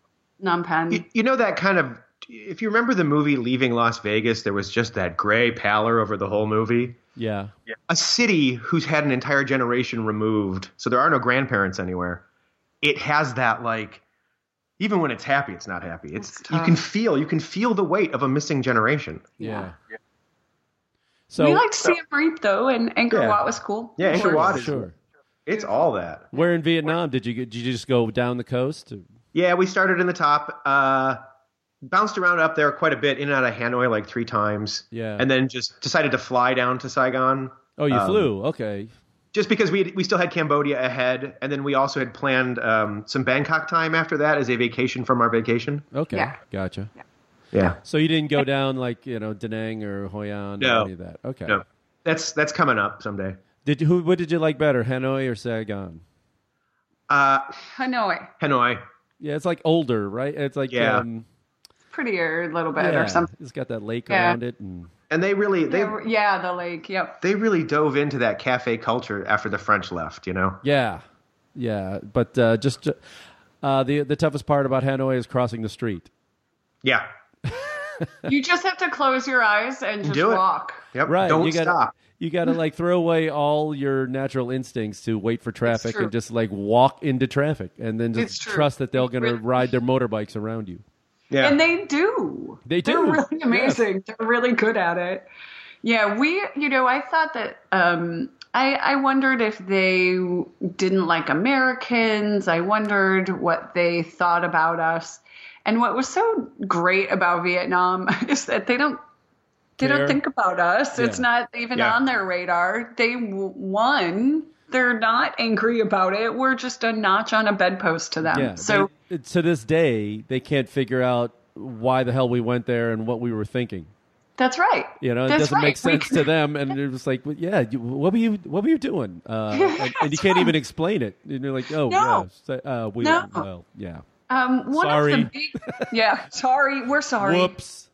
Speaker 5: Phnom Penh.
Speaker 6: You, you know that kind of. If you remember the movie Leaving Las Vegas, there was just that gray pallor over the whole movie.
Speaker 3: Yeah.
Speaker 6: A city who's had an entire generation removed, so there are no grandparents anywhere. It has that like, even when it's happy, it's not happy. It's you can feel you can feel the weight of a missing generation.
Speaker 3: Yeah.
Speaker 5: we liked Siem Reap though, and Angkor
Speaker 6: Yeah.
Speaker 5: Wat was cool.
Speaker 6: Yeah, Angkor
Speaker 3: Sure,
Speaker 6: Wat is
Speaker 3: sure.
Speaker 6: it's all that.
Speaker 3: Where in Vietnam did you did you just go down the coast?
Speaker 6: Yeah, we started in the top, uh, bounced around up there quite a bit, in and out of Hanoi like three times.
Speaker 3: Yeah.
Speaker 6: and then just decided to fly down to Saigon.
Speaker 3: Oh, you
Speaker 6: Um,
Speaker 3: flew. Okay.
Speaker 6: Just because we we still had Cambodia ahead, and then we also had planned um, some Bangkok time after that as a vacation from our vacation.
Speaker 3: Okay. Gotcha.
Speaker 6: Yeah.
Speaker 3: So you didn't go down like you know Da Nang or Hoi An or
Speaker 6: No.
Speaker 3: any of that. Okay.
Speaker 6: No, that's that's coming up someday.
Speaker 3: Did you- who? What did you like better, Hanoi or Saigon?
Speaker 6: Uh,
Speaker 5: Hanoi,
Speaker 6: Hanoi.
Speaker 3: Yeah, it's like older, right? It's like
Speaker 6: Yeah.
Speaker 3: um,
Speaker 5: prettier a little bit
Speaker 3: yeah,
Speaker 5: or something.
Speaker 3: It's got that lake
Speaker 5: Yeah.
Speaker 3: around it, and
Speaker 6: And they really they
Speaker 5: Yeah, yeah, the lake. Yep.
Speaker 6: *laughs* they really dove into that cafe culture after the French left. You know.
Speaker 3: yeah, yeah. But uh, just uh, the the toughest part about Hanoi is crossing the street.
Speaker 6: Yeah.
Speaker 5: You just have to close your eyes and just
Speaker 3: Do it.
Speaker 5: walk.
Speaker 6: Yep.
Speaker 3: Right.
Speaker 6: Don't
Speaker 3: you gotta,
Speaker 6: stop.
Speaker 3: You got to like throw away all your natural instincts to wait for traffic
Speaker 5: true.
Speaker 3: and just like walk into traffic and then
Speaker 5: It's
Speaker 3: just
Speaker 5: true.
Speaker 3: trust that they're going to
Speaker 5: Really-
Speaker 3: ride their motorbikes around you.
Speaker 6: Yeah.
Speaker 5: And they do.
Speaker 3: They
Speaker 5: They're
Speaker 3: do.
Speaker 5: really amazing. They're really good at it. Yeah, we, you know, I thought that um I I wondered if they didn't like Americans. I wondered what they thought about us. And what was so great about Vietnam *laughs* is that they don't they
Speaker 3: Care.
Speaker 5: don't think about us.
Speaker 3: Yeah.
Speaker 5: It's not even
Speaker 3: Yeah.
Speaker 5: on their radar. They w- won. They're not angry about it. We're just a notch on a bedpost to them.
Speaker 3: yeah.
Speaker 5: Um, so
Speaker 3: they- to this day, they can't figure out why the hell we went there and what we were thinking.
Speaker 5: that's right.
Speaker 3: You know, it
Speaker 5: That's
Speaker 3: doesn't make
Speaker 5: right. We
Speaker 3: sense to them, and they're just like, well, "Yeah, you, what were you? What were you doing?"
Speaker 5: *laughs*
Speaker 3: Uh,
Speaker 5: Yeah,
Speaker 3: and, and you can't even explain it. And you're like, "Oh, yeah,
Speaker 5: No.
Speaker 3: so- uh, we,
Speaker 5: No.
Speaker 3: well, yeah,
Speaker 5: Um, one of
Speaker 3: Sorry.
Speaker 5: the big, yeah, sorry, we're sorry.
Speaker 3: whoops,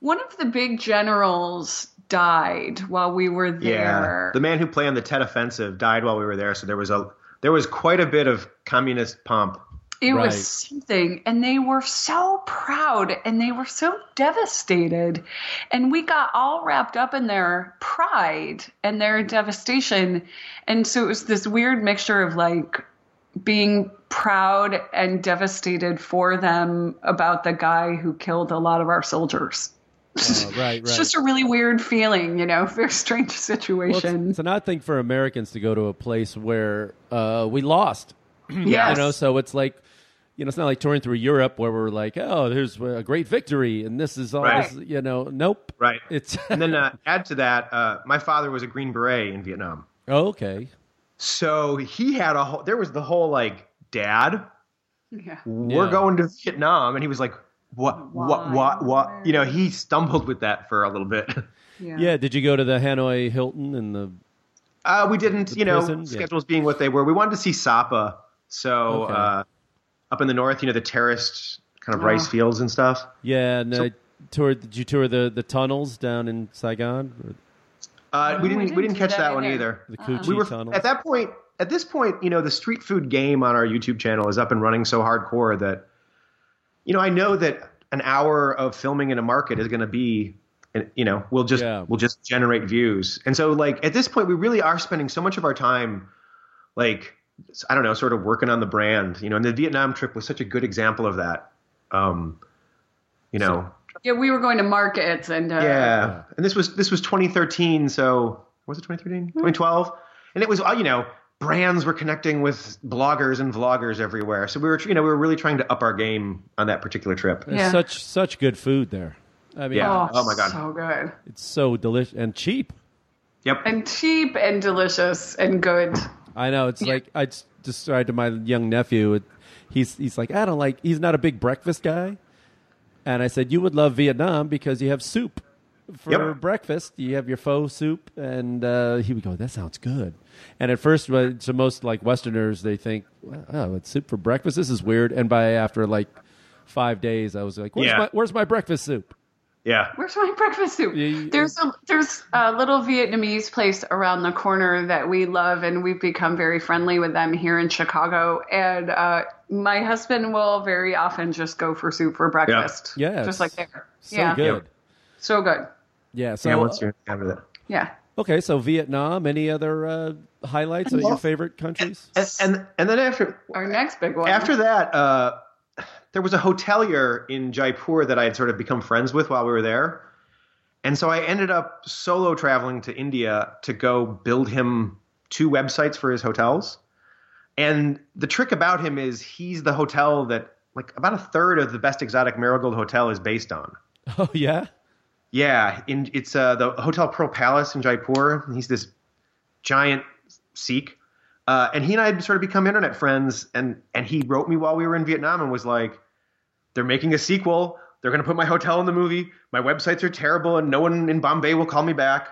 Speaker 5: One of the big generals died while we were
Speaker 6: Yeah,
Speaker 5: there.
Speaker 6: the man who planned the Tet Offensive died while we were there, so there was a there was quite a bit of communist pomp.
Speaker 5: it
Speaker 6: Right.
Speaker 5: was something, and they were so proud, and they were so devastated, and we got all wrapped up in their pride and their devastation, and so it was this weird mixture of like being proud and devastated for them about the guy who killed a lot of our soldiers.
Speaker 3: Uh, right,
Speaker 5: *laughs* It's
Speaker 3: right."
Speaker 5: just a really weird feeling, you know, *laughs* very strange
Speaker 3: Well, it's,
Speaker 5: situation.
Speaker 3: it's an odd thing for Americans to go to a place where uh, we lost.
Speaker 5: Yes.
Speaker 3: You know, so it's like, you know, it's not like touring through Europe where we're like, oh, there's a great victory, and this is all,
Speaker 6: Right.
Speaker 3: this- you know, nope.
Speaker 6: Right.
Speaker 3: It's
Speaker 6: and then uh, add to that, uh, my father was a Green Beret in Vietnam,
Speaker 3: Oh, *laughs* okay.
Speaker 6: so he had a whole. There was the whole like, Dad,
Speaker 5: yeah.
Speaker 6: we're
Speaker 3: Yeah.
Speaker 6: going to Vietnam, and he was like, what, what, what, what? You know, he stumbled with that for a little bit. *laughs*
Speaker 3: Yeah. Did you go to the Hanoi Hilton and the?
Speaker 6: Uh, we didn't,
Speaker 3: The
Speaker 6: you know,
Speaker 3: prison? Yeah.
Speaker 6: schedules being what they were. We wanted to see Sapa, so
Speaker 3: Okay.
Speaker 6: uh, up in the north, you know, the terraced kind of
Speaker 3: Oh.
Speaker 6: rice fields and stuff.
Speaker 3: Yeah, and
Speaker 6: So-
Speaker 3: I toured. Did you tour the the tunnels down in Saigon? Or-
Speaker 6: Uh,
Speaker 5: No,
Speaker 6: we didn't. We didn't,
Speaker 5: we didn't do
Speaker 6: catch
Speaker 5: that
Speaker 6: that, one
Speaker 5: either.
Speaker 6: either.
Speaker 3: The Coochie
Speaker 6: we were
Speaker 3: Tunnel.
Speaker 6: at that point. At this point, you know, the street food game on our YouTube channel is up and running so hardcore that, you know, I know that an hour of filming in a market is going to be, and, you know, we'll just we'll just generate views. And so, like at this point, we really are spending so much of our time, like I don't know, sort of working on the brand, you know, and the Vietnam trip was such a good example of that. Um, you know,
Speaker 5: Yeah, we were going to markets and uh,
Speaker 6: yeah. And this was this was 2013, so was it 2013? 2012? And it was all you know, brands were connecting with bloggers and vloggers everywhere. So we were you know, we were really trying to up our game on that particular trip.
Speaker 3: There's such such good food there. I mean,
Speaker 6: Yeah. Oh, my God.
Speaker 5: so good
Speaker 3: it's so delicious and cheap.
Speaker 6: Yep.
Speaker 5: and cheap and delicious and good.
Speaker 3: I know. It's like I s- described to my young nephew. It, he's he's like I don't like. He's not a big breakfast guy, and I said you would love Vietnam because you have soup for
Speaker 6: Yep.
Speaker 3: breakfast. You have your pho soup, and uh, he would go. That sounds good. And at first, well, to most like Westerners, they think, oh, it's soup for breakfast. This is weird. And by after like five days, I was like, where's
Speaker 6: Yeah.
Speaker 3: my where's my breakfast soup?
Speaker 6: Yeah.
Speaker 5: Where's my *laughs* breakfast soup? There's a there's a little Vietnamese place around the corner that we love, and we've become very friendly with them here in Chicago. And uh, my husband will very often just go for soup for breakfast.
Speaker 3: Yeah,
Speaker 5: just like there.
Speaker 3: So
Speaker 5: yeah,
Speaker 3: good.
Speaker 5: so good.
Speaker 3: Yeah. So
Speaker 6: yeah, once you're out of that.
Speaker 5: Yeah.
Speaker 3: okay. So Vietnam. Any other uh, highlights of your favorite countries?
Speaker 6: *laughs* And, and and then after
Speaker 5: Our next big one.
Speaker 6: after that, uh, there was a hotelier in Jaipur that I had sort of become friends with while we were there. And so I ended up solo traveling to India to go build him two websites for his hotels. And the trick about him is he's the hotel that, like, about a third of the best exotic marigold hotel is based on.
Speaker 3: Oh yeah.
Speaker 6: Yeah, in it's uh, the Hotel Pearl Palace in Jaipur. He's this giant Sikh, uh, and he and I had sort of become internet friends. And and he wrote me while we were in Vietnam and was like, "They're making a sequel. They're going to put my hotel in the movie. My websites are terrible, and no one in Bombay will call me back."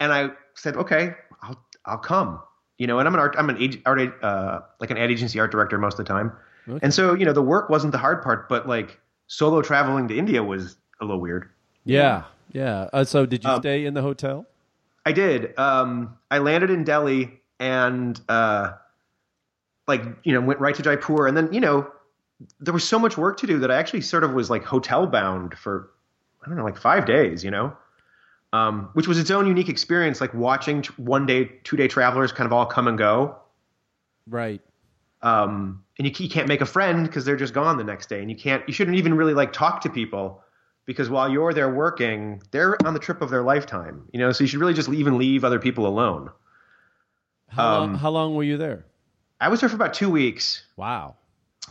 Speaker 6: And I said, "Okay, I'll I'll come." You know, and I'm an art I'm an ag- art ag- uh, like an ad agency art director most of the time.
Speaker 3: Okay.
Speaker 6: And so you know, the work wasn't the hard part, but like solo traveling to India was a little weird.
Speaker 3: Yeah, yeah. Uh, so did you stay in the hotel?
Speaker 6: I did. Um, I landed in Delhi and uh, like you know went right to Jaipur, and then you know there was so much work to do that I actually sort of was like hotel bound for I don't know like five days, you know, um, which was its own unique experience, like watching t- one day, two day travelers kind of all come and go.
Speaker 3: Right.
Speaker 6: Um, and you, c- you can't make a friend because they're just gone the next day, and you can't, you shouldn't even really like talk to people because while you're there working, they're on the trip of their lifetime, you know. So you should really just even leave other people alone.
Speaker 3: How, long, how long were you there?
Speaker 6: I was there for about two weeks.
Speaker 3: Wow.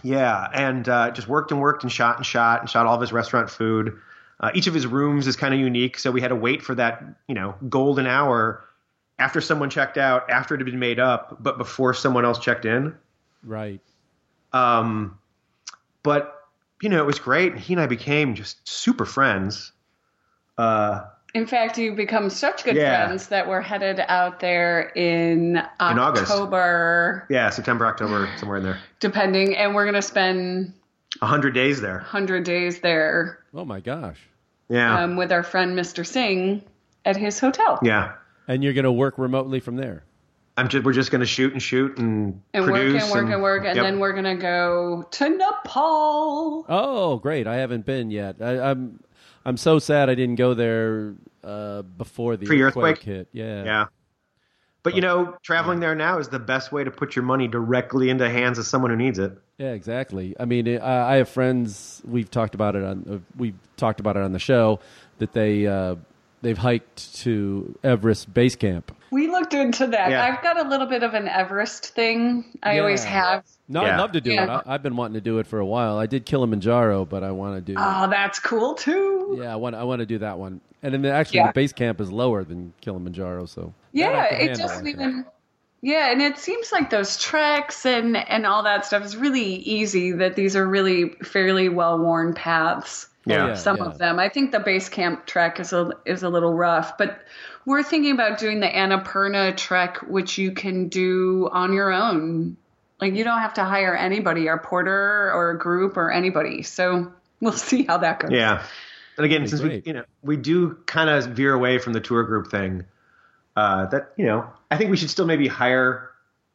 Speaker 6: Yeah, and uh, just worked and worked and shot and shot and shot all of his restaurant food. Uh, each of his rooms is kind of unique, so we had to wait for that you know golden hour after someone checked out, after it had been made up, but before someone else checked in.
Speaker 3: Right.
Speaker 6: Um, but you know it was great. He and I became just super friends. Uh,
Speaker 5: In fact, you become such good
Speaker 6: Yeah.
Speaker 5: friends that we're headed out there in
Speaker 6: August.
Speaker 5: October,
Speaker 6: yeah, September, October, somewhere in there.
Speaker 5: depending, and we're gonna spend
Speaker 6: A hundred days there.
Speaker 5: hundred days there
Speaker 3: Oh my gosh.
Speaker 6: Yeah,
Speaker 5: um, with our friend Mr. Singh at his hotel.
Speaker 6: Oh. yeah.
Speaker 3: And you're going to work remotely from there.
Speaker 6: I'm just, we're just going to shoot and shoot and,
Speaker 5: And work
Speaker 6: produce
Speaker 5: and work and work, and
Speaker 6: Yep.
Speaker 5: then we're gonna go to Nepal.
Speaker 3: Oh, great! I haven't been yet. I, I'm I'm so sad I didn't go there uh, before the
Speaker 6: Pre- earthquake?
Speaker 3: hit. Yeah.
Speaker 6: Yeah. But you know, traveling there now is the best way to put your money directly into the hands of someone who needs it.
Speaker 3: Yeah, exactly. I mean, I, I have friends. We've talked about it on. Uh, we've talked about it on the show that they uh, they've hiked to Everest base camp.
Speaker 5: We looked into that.
Speaker 6: Yeah.
Speaker 5: I've got a little bit of an Everest thing. I
Speaker 3: Yeah.
Speaker 5: always have.
Speaker 3: No, I'd
Speaker 6: Yeah.
Speaker 3: love to do
Speaker 5: Yeah.
Speaker 3: it. I, I've been wanting to do it for a while. I did Kilimanjaro, but I want to do.
Speaker 5: Oh, that's cool too.
Speaker 3: Yeah, I want I want to do that one. And then actually,
Speaker 5: Yeah.
Speaker 3: the base camp is lower than Kilimanjaro, so
Speaker 5: Yeah,
Speaker 3: That I can
Speaker 5: it
Speaker 3: handle,
Speaker 5: doesn't
Speaker 3: I think.
Speaker 5: even. Yeah, and it seems like those treks and and all that stuff is really easy. That these are really fairly well worn paths.
Speaker 3: Oh, Yeah. yeah.
Speaker 5: Some of them, I think the base camp trek is a is a little rough, but we're thinking about doing the Annapurna trek, which you can do on your own. Like you don't have to hire anybody, or porter, or a group, or anybody. So we'll *laughs* see how that goes.
Speaker 6: Yeah. And
Speaker 3: That'd
Speaker 6: again,
Speaker 3: be
Speaker 6: since
Speaker 3: great.
Speaker 6: we you know we do kind of veer away from the tour group thing, uh, that you know I think we should still maybe hire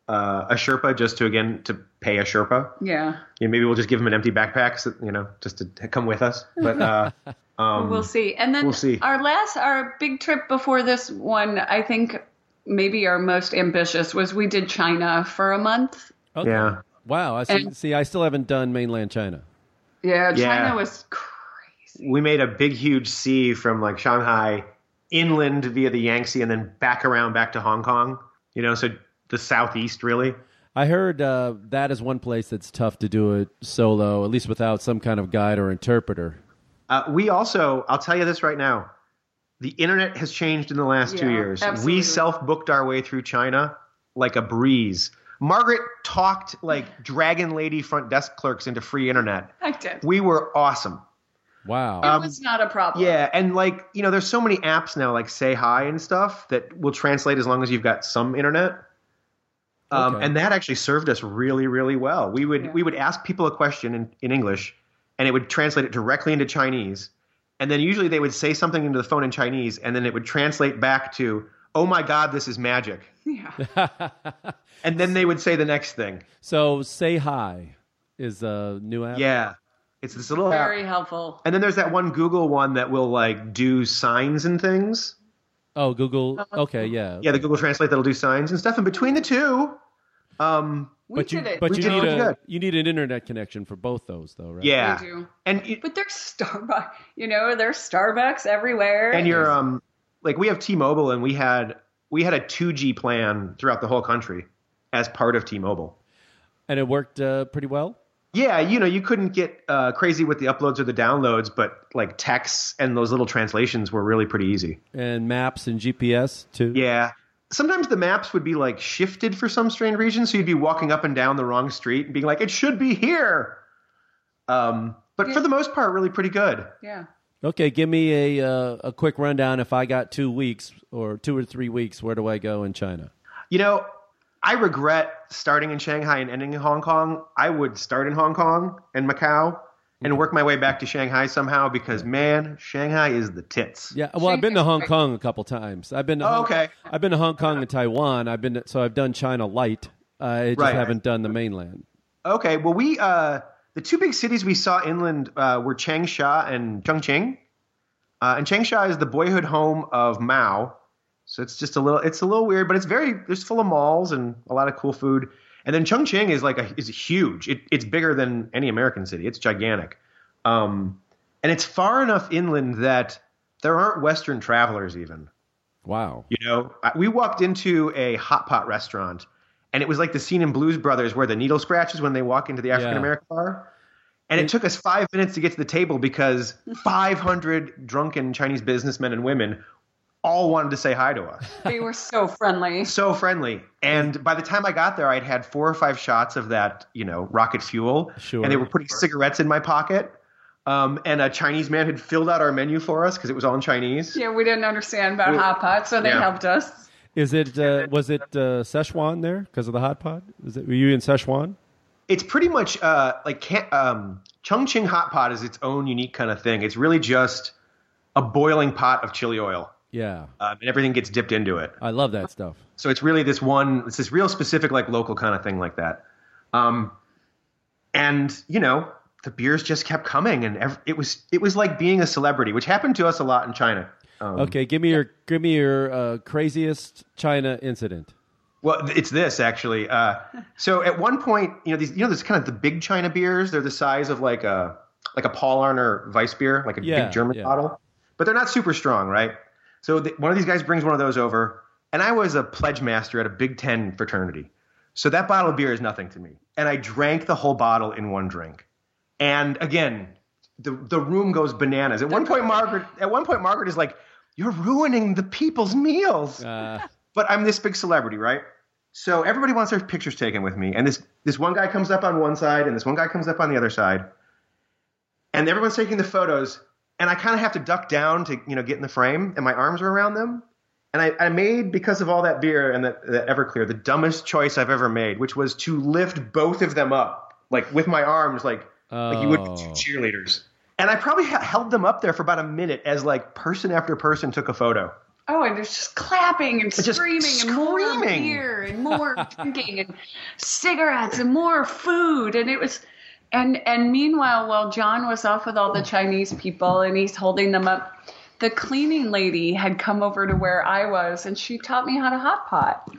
Speaker 6: uh, a Sherpa just to again to pay a Sherpa.
Speaker 5: Yeah.
Speaker 6: You know, maybe we'll just give him an empty backpack, so, you know, just to t- come with us. But *laughs* uh, um,
Speaker 5: we'll see. And then
Speaker 6: we'll see.
Speaker 5: our last, our big trip before this one, I think maybe our most ambitious was we did China for a month.
Speaker 3: Okay. Yeah. Wow. I see,
Speaker 5: And-
Speaker 3: see, I still haven't done mainland China.
Speaker 5: Yeah,
Speaker 6: Yeah.
Speaker 5: China was
Speaker 6: We made a big, huge sea from like Shanghai inland via the Yangtze and then back around back to Hong Kong, you know, so the southeast really.
Speaker 3: I heard uh, that is one place that's tough to do it solo, at least without some kind of guide or interpreter.
Speaker 6: Uh, we also, I'll tell you this right now, the internet has changed in the last two
Speaker 5: Yeah,
Speaker 6: years.
Speaker 5: absolutely.
Speaker 6: We self booked our way through China like a breeze. Margaret talked like dragon lady front desk clerks into free internet.
Speaker 5: I did.
Speaker 6: We were awesome.
Speaker 3: Wow.
Speaker 5: it was not a problem.
Speaker 6: Um, Yeah, and like you know, there's so many apps now, like Say Hi and stuff, that will translate as long as you've got some internet. Um,
Speaker 7: Okay.
Speaker 6: And that actually served us really, really well. We would we would ask people a question in, in English, and it would translate it directly into Chinese, and then usually they would say something into the phone in Chinese, and then it would translate back to "Oh my God, this is magic," and then they would say the next thing.
Speaker 3: So, Say Hi is a new app.
Speaker 6: Yeah, it's this little app.
Speaker 5: Very helpful.
Speaker 6: And then there's that one Google one that will like do signs and things.
Speaker 3: Oh,
Speaker 5: Uh,
Speaker 3: Google. Okay, yeah.
Speaker 6: Yeah, the Google Translate that'll do signs and stuff. And between the two, um,
Speaker 3: but you, but
Speaker 6: We
Speaker 3: you
Speaker 6: did
Speaker 3: need
Speaker 6: really
Speaker 3: a
Speaker 6: good.
Speaker 3: you need an internet connection for both those, though, right?
Speaker 6: Yeah.
Speaker 5: We do.
Speaker 6: And
Speaker 5: but there's Starbucks. You know, there's Starbucks everywhere.
Speaker 6: and you're um, like we have T-Mobile, and we had we had a 2G plan throughout the whole country as part of T-Mobile.
Speaker 3: And it worked uh, pretty well.
Speaker 6: Yeah, you know, you couldn't get uh, crazy with the uploads or the downloads, but like texts and those little translations were really pretty easy.
Speaker 3: And maps and GPS too.
Speaker 6: Yeah. Sometimes the maps would be like shifted for some strange reason, so you'd be walking up and down the wrong street and being like, "It should be here." Um, but for the most part, really pretty good.
Speaker 5: yeah.
Speaker 3: Okay, give me a uh, a quick rundown. If I got two weeks or two or three weeks, where do I go in China?
Speaker 6: You know, I regret starting in Shanghai and ending in Hong Kong. I would start in Hong Kong and Macau and work my way back to Shanghai somehow because man, Shanghai is the tits.
Speaker 3: Yeah, well, I've been to Hong Kong a couple times. I've been to
Speaker 6: Oh,
Speaker 3: Hong-
Speaker 6: okay.
Speaker 3: I've been to Hong Kong and Taiwan. I've been to, so I've done China light. I just
Speaker 6: Right.
Speaker 3: haven't done the mainland.
Speaker 6: Okay, well we uh the two big cities we saw inland uh, were Changsha and Chongqing. Uh, and Changsha is the boyhood home of Mao. So it's just a little it's a little weird, but it's very it's full of malls and a lot of cool food. And then Chongqing is like a is huge. It, it's bigger than any American city. It's gigantic. Um, and it's far enough inland that there aren't Western travelers even.
Speaker 3: Wow.
Speaker 6: You know, I- we walked into a hot pot restaurant, and it was like the scene in Blues Brothers where the needle scratches when they walk into the African American bar. And it took us five minutes to get to the table because *laughs* 500 drunken Chinese businessmen and women all wanted to say hi to us.
Speaker 5: They were so friendly.
Speaker 6: So friendly. And by the time I got there, I'd had four or five shots of that, you know, rocket fuel.
Speaker 3: Sure.
Speaker 6: And they were putting cigarettes in my pocket. Um, and a Chinese man had filled out our menu for us because it was all in Chinese.
Speaker 5: Yeah, we didn't understand about
Speaker 6: We-
Speaker 5: hot pot, so they
Speaker 6: Yeah.
Speaker 5: helped us.
Speaker 3: Is it uh, was it uh, Szechuan there because of the hot pot? Is it were you in Szechuan?
Speaker 6: it's pretty much uh, like can- um, Chongqing hot pot is its own unique kind of thing. It's really just a boiling pot of chili oil,
Speaker 3: Yeah,
Speaker 6: um, and everything gets dipped into it.
Speaker 3: I love that stuff.
Speaker 6: So it's really this one, it's this real specific, like local kind of thing, like that. Um, and you know, the beers just kept coming, and ev- it was it was like being a celebrity, which happened to us a lot in China. Um,
Speaker 3: Okay, give me your give me your uh, craziest China incident.
Speaker 6: Well, th- it's this actually. Uh, so at one point, you know, these, you know, there's kind of the big China beers. They're the size of like a like a Paul Arner Weiss beer, like a
Speaker 3: Yeah,
Speaker 6: big German
Speaker 3: yeah.
Speaker 6: bottle, but they're not super strong, right? So th- one of these guys brings one of those over, and I was a pledge master at a Big Ten fraternity, so that bottle of beer is nothing to me, and I drank the whole bottle in one drink, and again, the the room goes bananas. At one point, Margaret, at one point, Margaret is like, "You're ruining the people's meals."
Speaker 3: Uh.
Speaker 6: but I'm this big celebrity, right? So everybody wants their pictures taken with me, and this this one guy comes up on one side, and this one guy comes up on the other side, and everyone's taking the photos, and I kind of have to duck down to you know get in the frame, and my arms are around them, and I, I made because of all that beer and that, that Everclear the dumbest choice I've ever made, which was to lift both of them up like with my arms, like like you would with two cheerleaders, and I probably h- held them up there for about a minute as like person after person took a photo.
Speaker 5: Oh, and there's just clapping and screaming, and more
Speaker 6: screaming.
Speaker 5: beer and more drinking and cigarettes and more food. And it was, and and meanwhile, while John was off with all the Chinese people and he's holding them up, the cleaning lady had come over to where I was and she taught me how to hot pot.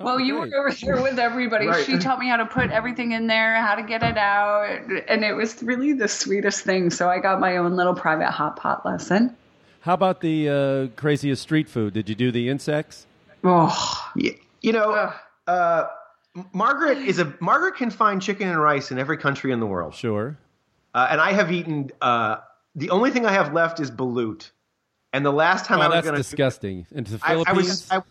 Speaker 5: well, you were over there with everybody.
Speaker 6: Right.
Speaker 5: She taught me how to put everything in there, how to get it out, and it was really the sweetest thing. So I got my own little private hot pot lesson.
Speaker 3: How about the uh, craziest street food? Did you do the insects?
Speaker 5: Oh,
Speaker 6: you, you know, uh, Margaret is a Margaret can find chicken and rice in every country in the world.
Speaker 3: Sure.
Speaker 6: Uh, and I have eaten. Uh, the only thing I have left is balut. And the last time
Speaker 3: Oh,
Speaker 6: I was
Speaker 3: that's
Speaker 6: going to
Speaker 3: disgusting. Into the
Speaker 6: I,
Speaker 3: Philippines.
Speaker 6: I was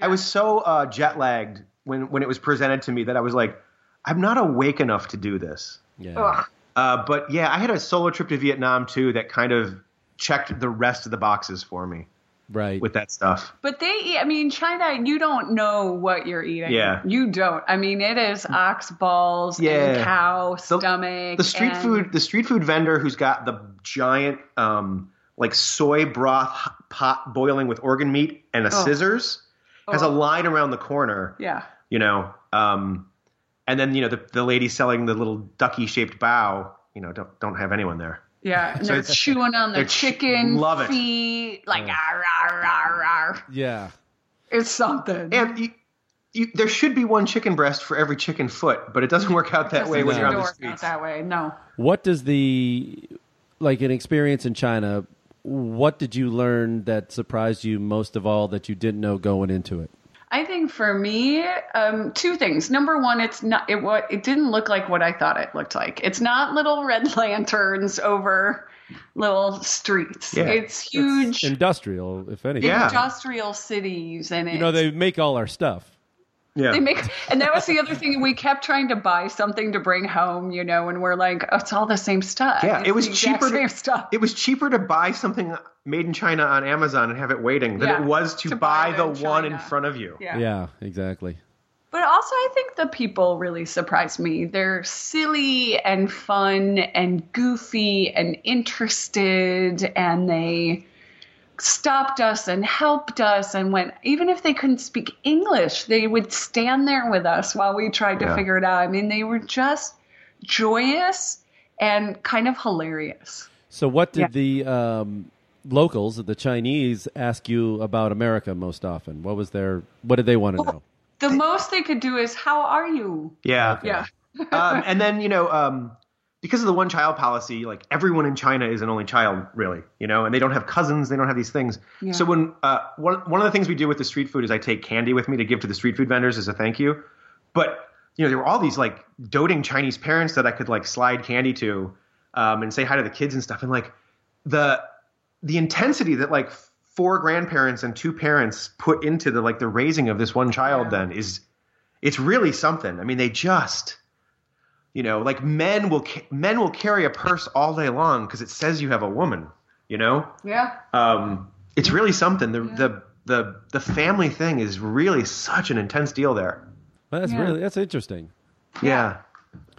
Speaker 6: I, I was so uh, jet lagged when when it was presented to me that I was like, I'm not awake enough to do this.
Speaker 3: yeah.
Speaker 5: Ugh.
Speaker 6: Uh, but yeah, I had a solo trip to Vietnam too that kind of checked the rest of the boxes for me
Speaker 3: Right.
Speaker 6: with that stuff.
Speaker 5: But they eat, I mean, China, you don't know what you're eating.
Speaker 6: Yeah.
Speaker 5: You don't. I mean, it is ox balls
Speaker 6: Yeah.
Speaker 5: and cow
Speaker 6: The-
Speaker 5: stomach.
Speaker 6: The street
Speaker 5: and-
Speaker 6: food, the street food vendor who's got the giant um, like soy broth h- pot boiling with organ meat and a
Speaker 5: Oh.
Speaker 6: scissors has a
Speaker 5: Oh.
Speaker 6: line around the corner.
Speaker 5: Yeah.
Speaker 6: You know, um, and then you know the the lady selling the little ducky shaped bow. You know, don't don't have anyone there.
Speaker 5: Yeah. And
Speaker 6: So
Speaker 5: they're
Speaker 6: it's-
Speaker 5: chewing on the
Speaker 6: they're ch-
Speaker 5: chicken
Speaker 6: love it.
Speaker 5: feet. Like, "Arr, arr, arr, arr."
Speaker 3: Yeah.
Speaker 5: It's something.
Speaker 6: And you, you, there should be one chicken breast for every chicken foot, but
Speaker 5: *laughs*
Speaker 6: it doesn't work out that way when
Speaker 3: doesn't
Speaker 6: you're on the
Speaker 5: Door, not
Speaker 6: streets.
Speaker 5: that way. No.
Speaker 3: What does the like an experience in China? What did you learn that surprised you most of all that you didn't know going into it?
Speaker 5: I think for me, um, two things. Number one, it's not it what it didn't look like what I thought it looked like. It's not little red *laughs* lanterns over little streets.
Speaker 6: Yeah.
Speaker 5: It's huge
Speaker 3: Industrial, if anything.
Speaker 6: Yeah.
Speaker 5: industrial cities, and
Speaker 3: You know
Speaker 5: it's-
Speaker 3: they make all our stuff.
Speaker 6: Yeah.
Speaker 5: they make. And that was the other thing. We kept trying to buy something to bring home, you know, and we're like, oh, it's all the same stuff.
Speaker 6: Yeah,
Speaker 5: It's
Speaker 6: it was
Speaker 5: the exact
Speaker 6: cheaper to-
Speaker 5: Same stuff.
Speaker 6: it was cheaper to buy something made in China on Amazon and have it waiting than
Speaker 5: Yeah,
Speaker 6: it was to,
Speaker 5: to
Speaker 6: buy,
Speaker 5: buy
Speaker 6: the
Speaker 5: them in
Speaker 6: one in
Speaker 5: China.
Speaker 6: front of you.
Speaker 5: Yeah.
Speaker 3: yeah exactly.
Speaker 5: But also, I think the people really surprised me. They're silly and fun and goofy and interested, and they stopped us and helped us and went, even if they couldn't speak English, they would stand there with us while we tried to
Speaker 6: Yeah.
Speaker 5: figure it out. I mean, they were just joyous and kind of hilarious.
Speaker 3: So what did the um, locals, the Chinese, ask you about America most often? What was their? What did they want to know?
Speaker 5: The most they could do is, How are you?
Speaker 6: Yeah.
Speaker 5: Yeah.
Speaker 6: *laughs* um, and then you know, um, because of the one child policy, like everyone in China is an only child, really. You know, and they don't have cousins, they don't have these things.
Speaker 5: Yeah.
Speaker 6: So when uh, one one of the things we do with the street food is I take candy with me to give to the street food vendors as a thank you. But you know, there were all these like doting Chinese parents that I could like slide candy to um, and say hi to the kids and stuff, and like the the intensity that like four grandparents and two parents put into the like the raising of this one child then is it's really something. I mean, they just, you know, like men will ca- men will carry a purse all day long because it says you have a woman. You know,
Speaker 5: Yeah.
Speaker 6: um, it's really something. The, the the the family thing is really such an intense deal there.
Speaker 3: Well, that's really that's interesting.
Speaker 6: Yeah.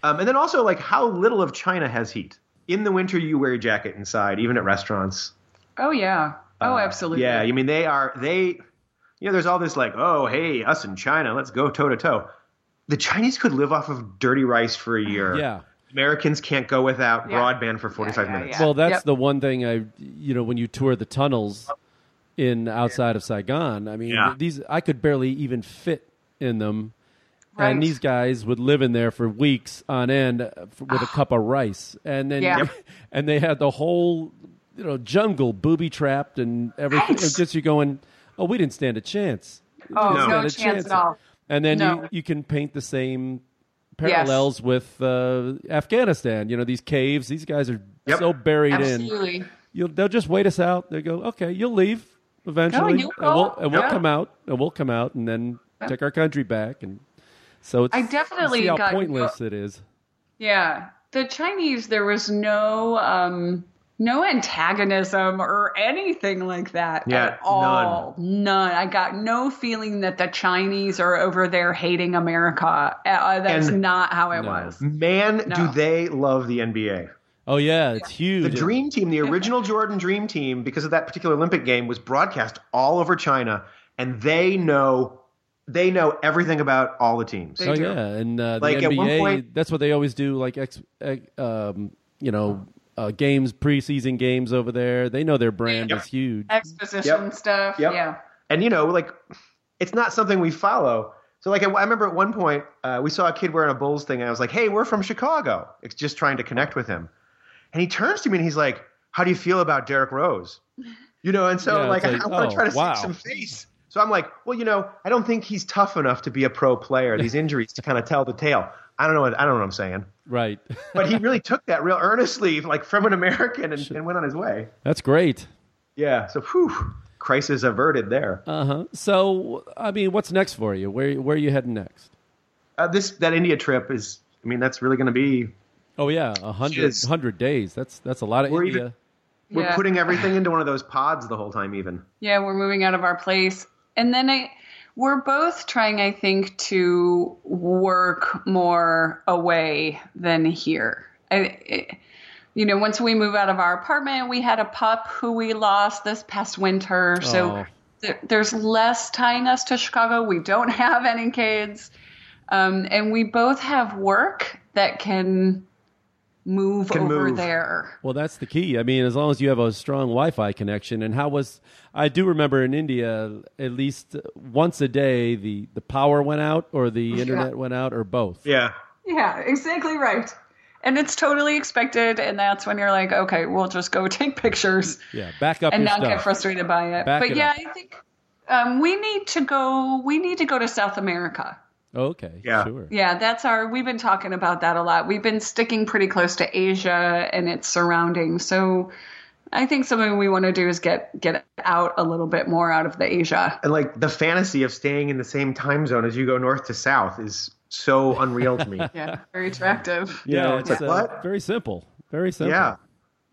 Speaker 6: Um, and then also like how little of China has heat. In the winter, you wear a jacket inside, even at restaurants.
Speaker 5: Oh, yeah. Oh, absolutely.
Speaker 6: Yeah, I mean they are they you know there's all this like, oh hey, us in China, let's go toe to toe. The Chinese could live off of dirty rice for a year.
Speaker 3: Yeah.
Speaker 6: Americans can't go without
Speaker 5: Yeah.
Speaker 6: broadband for 45
Speaker 5: yeah,
Speaker 6: minutes.
Speaker 5: yeah.
Speaker 3: Well, that's
Speaker 5: Yep.
Speaker 3: the one thing I, you know, when you tour the tunnels in outside of Saigon, I mean,
Speaker 6: Yeah.
Speaker 3: these I could barely even fit in them,
Speaker 5: Right.
Speaker 3: and these guys would live in there for weeks on end uh, f- with a cup of rice, and then
Speaker 5: Ah. Yeah. Yep.
Speaker 3: *laughs* and they had the whole, you know, jungle booby trapped and everything.
Speaker 5: Right.
Speaker 3: It's just you going, oh, we didn't stand a chance. We
Speaker 5: Oh,
Speaker 3: didn't
Speaker 5: no
Speaker 3: stand a
Speaker 5: chance at all.
Speaker 3: And then you,
Speaker 5: No.
Speaker 3: you can paint the same
Speaker 5: Yes.
Speaker 3: parallels with uh, Afghanistan. You know, these caves, these guys are
Speaker 6: Yep.
Speaker 3: so buried in.
Speaker 5: Absolutely.
Speaker 3: You'll, they'll just wait us out. They go, okay, you'll leave eventually,
Speaker 5: you'll
Speaker 3: and we'll,
Speaker 5: go.
Speaker 3: and we'll
Speaker 5: Yeah.
Speaker 3: come out, and we'll come out, and then take our country back. And so it's,
Speaker 5: I definitely
Speaker 3: you see how
Speaker 5: got-
Speaker 3: pointless it is.
Speaker 5: Yeah, the Chinese there was no um no antagonism or anything like that
Speaker 6: Yeah,
Speaker 5: at all. None. I got no feeling that the Chinese are over there hating America. Uh, that's
Speaker 6: And-
Speaker 5: not how it
Speaker 3: No.
Speaker 5: was.
Speaker 6: Man,
Speaker 5: No.
Speaker 6: do they love the NBA.
Speaker 3: Oh yeah, it's huge.
Speaker 6: The Dream
Speaker 5: *laughs*
Speaker 6: Team, the original Jordan Dream Team, because of that particular Olympic game, was broadcast all over China, and they know they know everything about all the teams.
Speaker 3: oh yeah, and uh, the
Speaker 6: Like, at one
Speaker 3: NBA.
Speaker 6: point-
Speaker 3: that's what they always do. Like ex, ex um, you know, uh, games, preseason games over there. They know their brand
Speaker 5: Yep.
Speaker 3: is huge.
Speaker 5: Exposition
Speaker 6: Yep.
Speaker 5: stuff.
Speaker 6: Yep.
Speaker 5: Yeah.
Speaker 6: And you know, like it's not something we follow. So like I, I remember at one point uh, we saw a kid wearing a Bulls thing, and I was like, "Hey, we're from Chicago." It's just trying to connect with him, and he turns to me and he's like, "How do you feel about Derrick Rose?" You know, and so
Speaker 3: Yeah,
Speaker 6: like,
Speaker 3: it's
Speaker 6: *laughs* I,
Speaker 3: like,
Speaker 6: want
Speaker 3: oh,
Speaker 6: to try to
Speaker 3: wow.
Speaker 6: save some face. So I'm like, well, you know, I don't think he's tough enough to be a pro
Speaker 3: *laughs*
Speaker 6: player. These injuries to kind of tell the tale. I don't know. What, I don't know what I'm saying.
Speaker 3: Right. *laughs*
Speaker 6: But he really took that real earnestly, like from an American, and, and went on his way.
Speaker 3: That's great.
Speaker 6: Yeah. So, whew, crisis averted there.
Speaker 3: Uh huh. So, I mean, what's next for you? Where Where are you heading next?
Speaker 6: Uh, this that India trip is. I mean, that's really going to be.
Speaker 3: Oh yeah, a hundred
Speaker 6: Jeez.
Speaker 3: hundred days. That's that's a lot of
Speaker 6: We're
Speaker 3: India.
Speaker 6: even- We're
Speaker 5: Yeah. *laughs*
Speaker 6: putting everything into one of those pods the whole time, even.
Speaker 5: Yeah, we're moving out of our place. And then I we're both trying, I think, to work more away than here. I, it, you know, once we move out of our apartment, we had a pup who we lost this past winter.
Speaker 3: Oh.
Speaker 5: So there, there's less tying us to Chicago. We don't *laughs* have any kids. Um, and we both have work that can move
Speaker 6: Can
Speaker 5: over
Speaker 6: move.
Speaker 5: there.
Speaker 3: Oh, Well, that's the key. I mean, as long as you have a strong Wi-Fi connection, and how was I do remember in India at least once a day the the power went out or the internet went out or both.
Speaker 6: Yeah.
Speaker 5: Yeah, exactly right. And it's totally expected, and that's when you're like, okay, we'll just go *laughs* take pictures
Speaker 3: Yeah, back up
Speaker 5: and
Speaker 3: your
Speaker 5: not
Speaker 3: stuff.
Speaker 5: get frustrated by it.
Speaker 3: Back
Speaker 5: but
Speaker 3: it
Speaker 5: yeah,
Speaker 3: up.
Speaker 5: I think um, we need to go. We need to go to South America.
Speaker 3: okay,
Speaker 6: Yeah.
Speaker 3: sure.
Speaker 5: Yeah, that's our. We've been talking about that a lot. We've been sticking pretty close to Asia and its surroundings. So I think something we want to do is get get out a little bit more out of the
Speaker 3: *laughs*
Speaker 5: Asia.
Speaker 6: And like the fantasy of staying in the same time zone as you go north to south is so unreal to me.
Speaker 5: *laughs* Yeah, very attractive.
Speaker 3: Yeah,
Speaker 6: Yeah,
Speaker 3: it's
Speaker 6: it's like,
Speaker 3: uh,
Speaker 6: what?
Speaker 3: very simple. Very simple.
Speaker 6: yeah.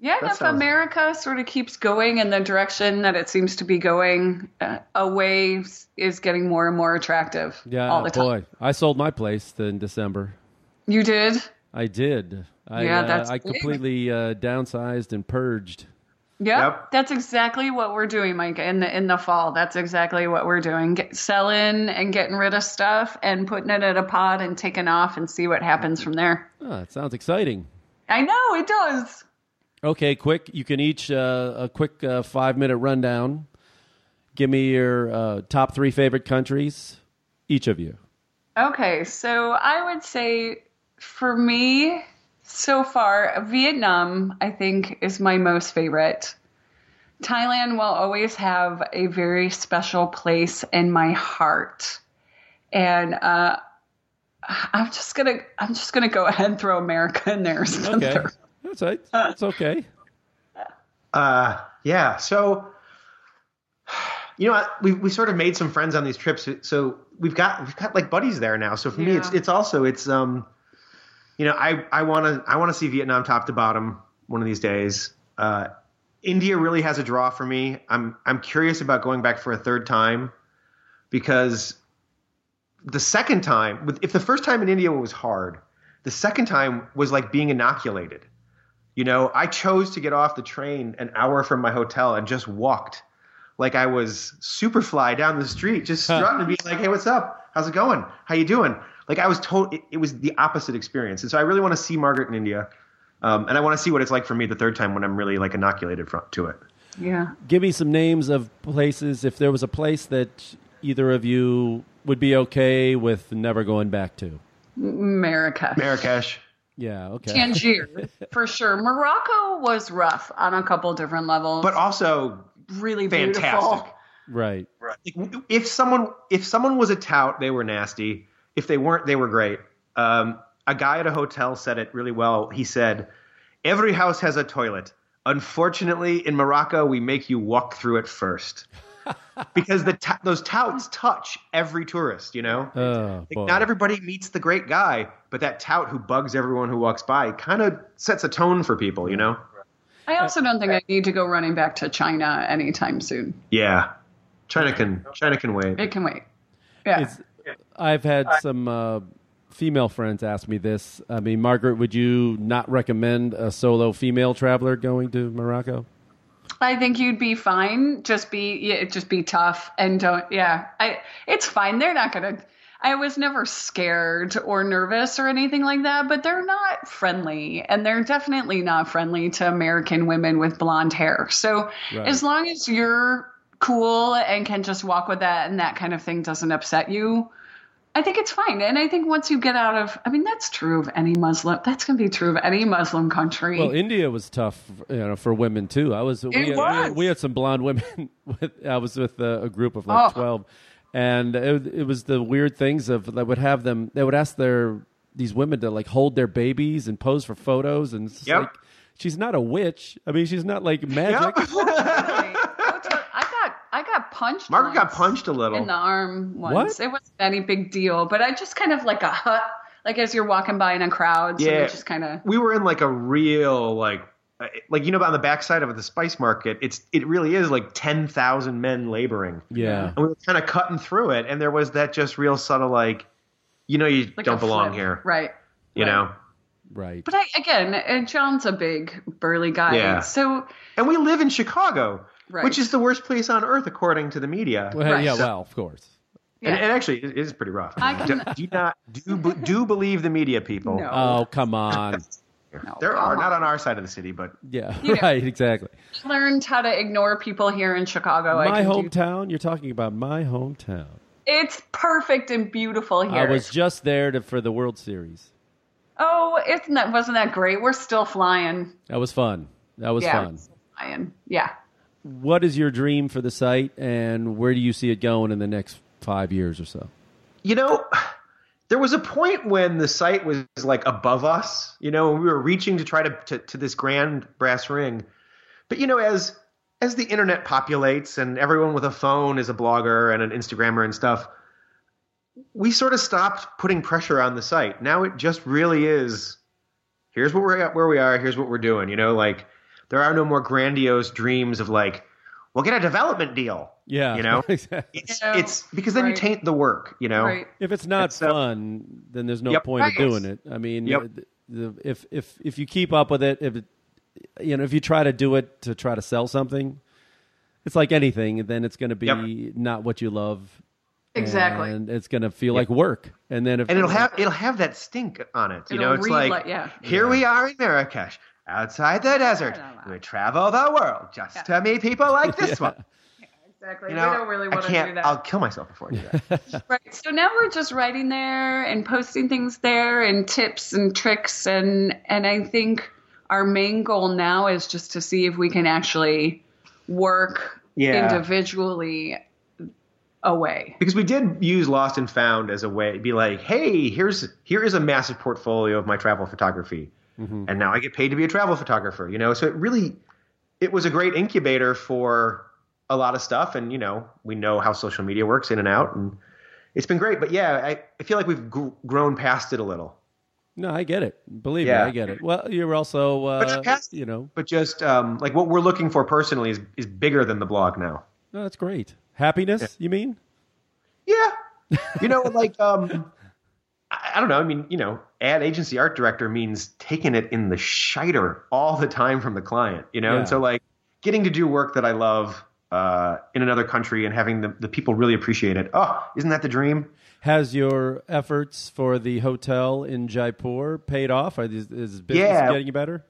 Speaker 5: Yeah, and
Speaker 6: That
Speaker 5: if
Speaker 6: sounds-
Speaker 5: America sort of keeps going in the direction that it seems to be going, uh, away s- is getting more and more attractive
Speaker 3: Yeah,
Speaker 5: all the time.
Speaker 3: boy, I sold my place in December.
Speaker 5: You did?
Speaker 3: I did. I,
Speaker 5: Yeah,
Speaker 3: uh,
Speaker 5: that's
Speaker 3: I
Speaker 5: big.
Speaker 3: completely uh, downsized and purged.
Speaker 5: Yep.
Speaker 6: Yep.
Speaker 5: That's exactly what we're doing, Mike, in the in the fall. That's exactly what we're doing. Get, selling and getting rid of stuff and putting it in a pod and taking off and see what happens from there.
Speaker 3: Ah, it sounds exciting.
Speaker 5: I know it does.
Speaker 3: Okay, quick. You can each uh, a quick uh, five minute rundown. Give me your uh, top three favorite countries, each of you.
Speaker 5: Okay, so I would say for me so far, Vietnam I think is my most favorite. Thailand will always have a very special place in my heart, and uh, I'm just gonna I'm just gonna go *laughs* ahead and throw America in there. *laughs*
Speaker 3: Okay, that's right. That's okay.
Speaker 6: Uh, yeah. So, you know, we we sort of made some friends on these trips. So we've got we've got like buddies there now. So for me, it's
Speaker 5: Yeah.
Speaker 6: it's also it's um, you know, I I want to I want to see Vietnam top to bottom one of these days. Uh, India really has a draw for me. I'm I'm curious about going back for a third time because the second time, with- if the first time in India was hard, the second time was like being inoculated. You know, I chose to get off the train an hour from my hotel and just walked like I was super fly down the street, just strutting and being like, hey, what's up? How's it going? How you doing? Like I was told it, it was the opposite experience. And so I really want to see Margaret in India. Um, and I want to see what it's like for me the third time when I'm really like inoculated from, to it.
Speaker 5: Yeah.
Speaker 3: Give me some names of places. If there was a place that either of you would be okay with never going back to.
Speaker 5: America.
Speaker 6: Marrakesh.
Speaker 3: Yeah. Okay.
Speaker 5: Tangier, for sure. Morocco was rough on a couple different levels,
Speaker 6: But also
Speaker 5: really
Speaker 6: fantastic.
Speaker 5: beautiful.
Speaker 3: Right.
Speaker 6: Like, if someone if someone was a tout, they were nasty. If they weren't, they were great. Um, a guy at a hotel said it really well. He said, "Every house has a toilet. Unfortunately, in Morocco, we make you walk through
Speaker 3: *laughs*
Speaker 6: it first, because the ta- those touts touch every tourist. You know,
Speaker 3: Oh
Speaker 6: like,
Speaker 3: boy.
Speaker 6: not everybody meets the great guy, but that tout who bugs everyone who walks by kind of sets a tone for people. You know?
Speaker 5: I also don't think I need to go running back to China anytime soon.
Speaker 6: Yeah. China can China can wait.
Speaker 5: It can wait. Yeah.
Speaker 3: It's- I've had some uh, female friends ask me this. I mean, Margaret, would you not recommend a solo female traveler going to Morocco?
Speaker 5: I think you'd be fine. Just be yeah, just be tough and don't yeah. I it's fine. They're not gonna I was never scared or nervous or anything like that, but they're not friendly. And they're definitely not friendly to American women with blonde hair. So
Speaker 7: Right.
Speaker 5: as long as you're cool and can just walk with that and that kind of thing doesn't upset you, I think it's fine. And I think once you get out of, I mean, that's true of any Muslim, that's going to be true of any Muslim country.
Speaker 3: Well, India was tough, you know, for women too. I was, we,
Speaker 5: It
Speaker 3: had, we
Speaker 5: was.
Speaker 3: had- we had some blonde women. *laughs* With, I was with uh, a, a group of like
Speaker 5: Oh.
Speaker 3: twelve, and it, it was the weird things of that would have them. They would ask their these women to like hold their babies and pose for photos, and it's just
Speaker 5: Yep.
Speaker 3: like she's not a witch. I mean, she's not like magic.
Speaker 5: *laughs* I got, I got punched.
Speaker 6: Margaret got
Speaker 5: once.
Speaker 6: punched a little.
Speaker 5: in the arm once. It wasn't any big deal, but I just kind of like a huh, like as you're walking by in a crowd, so
Speaker 6: Yeah.
Speaker 5: you just kind of
Speaker 6: we were in like a real like uh, like you know on the backside of the spice market it's it really is like 10,000 men laboring
Speaker 3: Yeah.
Speaker 6: and we were kind of cutting through it and there was that just real subtle like you know you
Speaker 5: Like a
Speaker 6: don't belong
Speaker 5: flip.
Speaker 6: here
Speaker 5: right.
Speaker 6: you know
Speaker 3: right
Speaker 5: But I again, uh, John's a big burly guy,
Speaker 6: Yeah.
Speaker 5: so
Speaker 6: and we live in chicago
Speaker 5: Right.
Speaker 6: which is the worst place on earth according to the media
Speaker 3: Well, yeah,
Speaker 6: So-
Speaker 3: well, of course.
Speaker 6: and,
Speaker 5: Yeah.
Speaker 6: and actually it is pretty rough
Speaker 5: I can-
Speaker 6: do, do not do, be- do believe the media people
Speaker 5: No.
Speaker 3: Oh, come
Speaker 5: *laughs*
Speaker 3: on.
Speaker 6: there are not on our side of the city but
Speaker 3: Yeah,
Speaker 5: You know.
Speaker 3: *laughs* right, exactly.
Speaker 5: I learned how to ignore people here in Chicago. I
Speaker 3: my
Speaker 5: can do-
Speaker 3: hometown. You're talking about my hometown.
Speaker 5: it's perfect and beautiful here.
Speaker 3: I was just there to, for the World Series.
Speaker 5: oh, isn't that wasn't that great? We're still flying.
Speaker 3: That was fun. That was
Speaker 5: yeah,
Speaker 3: fun.
Speaker 5: we're still flying. Yeah.
Speaker 3: What is your dream for the site, and where do you see it going in the next five years or so?
Speaker 6: you know, there was a point when the site was like above us, you know, when we were reaching to try to, to, to this grand brass ring. But you know, as as the internet populates and everyone with a phone is a blogger and an Instagrammer and stuff, we sort of stopped putting pressure on the site. Now it just really is here's what we're at where we are, here's what we're doing, you know, like there are no more grandiose dreams of like, we'll get a development deal.
Speaker 3: Yeah,
Speaker 6: You know?
Speaker 3: exactly.
Speaker 6: It's, it's because then you taint the work, you know.
Speaker 5: Right.
Speaker 3: *laughs* If it's not fun, then there's no
Speaker 6: uh, Yep.
Speaker 3: point
Speaker 6: Right.
Speaker 3: of doing it. I mean,
Speaker 6: Yep.
Speaker 3: th- the, if if if you keep up with it, if it, you know, if you try to do it to try to sell something, it's like anything. Then it's going to be not what you love.
Speaker 5: Exactly.
Speaker 3: and it's going to feel like work. And then if
Speaker 6: and it'll have it'll have that stink on it. You
Speaker 5: It'll
Speaker 6: know, it's
Speaker 5: read
Speaker 6: like,
Speaker 5: like- yeah.
Speaker 6: here we are in Marrakesh, outside the desert. We travel the world just to meet people like this one.
Speaker 5: Exactly.
Speaker 6: You know,
Speaker 5: we don't really
Speaker 6: I
Speaker 5: want to
Speaker 6: can't.
Speaker 5: do that.
Speaker 6: I'll kill myself before I do that.
Speaker 5: Right. So now we're just writing there and posting things there and tips and tricks and and I think our main goal now is just to see if we can actually work
Speaker 6: Yeah.
Speaker 5: individually away.
Speaker 6: because we did use Lost and Found as a way to be like, hey, here's here is a massive portfolio of my travel photography, and now I get paid to be a travel photographer. You know, so it really it was a great incubator for a lot of stuff, and you know, we know how social media works in and out, and it's been great. But yeah, I, I feel like we've gr- grown past it a little.
Speaker 3: No, I get it. Believe
Speaker 6: Yeah.
Speaker 3: me, I get it. Well, you're also, uh, you know,
Speaker 6: but just um, like what we're looking for personally is is bigger than the blog now.
Speaker 3: no, that's great. Happiness, you mean?
Speaker 6: Yeah, you know, like um, I, I don't know. I mean, you know, ad agency art director means taking it in the shiter all the time from the client. You know,
Speaker 3: Yeah.
Speaker 6: and so like getting to do work that I love uh, in another country and having the the people really appreciate it. Oh, isn't that the dream?
Speaker 3: Has your efforts for the hotel in Jaipur paid off? Are these, is business
Speaker 6: Yeah.
Speaker 3: getting better?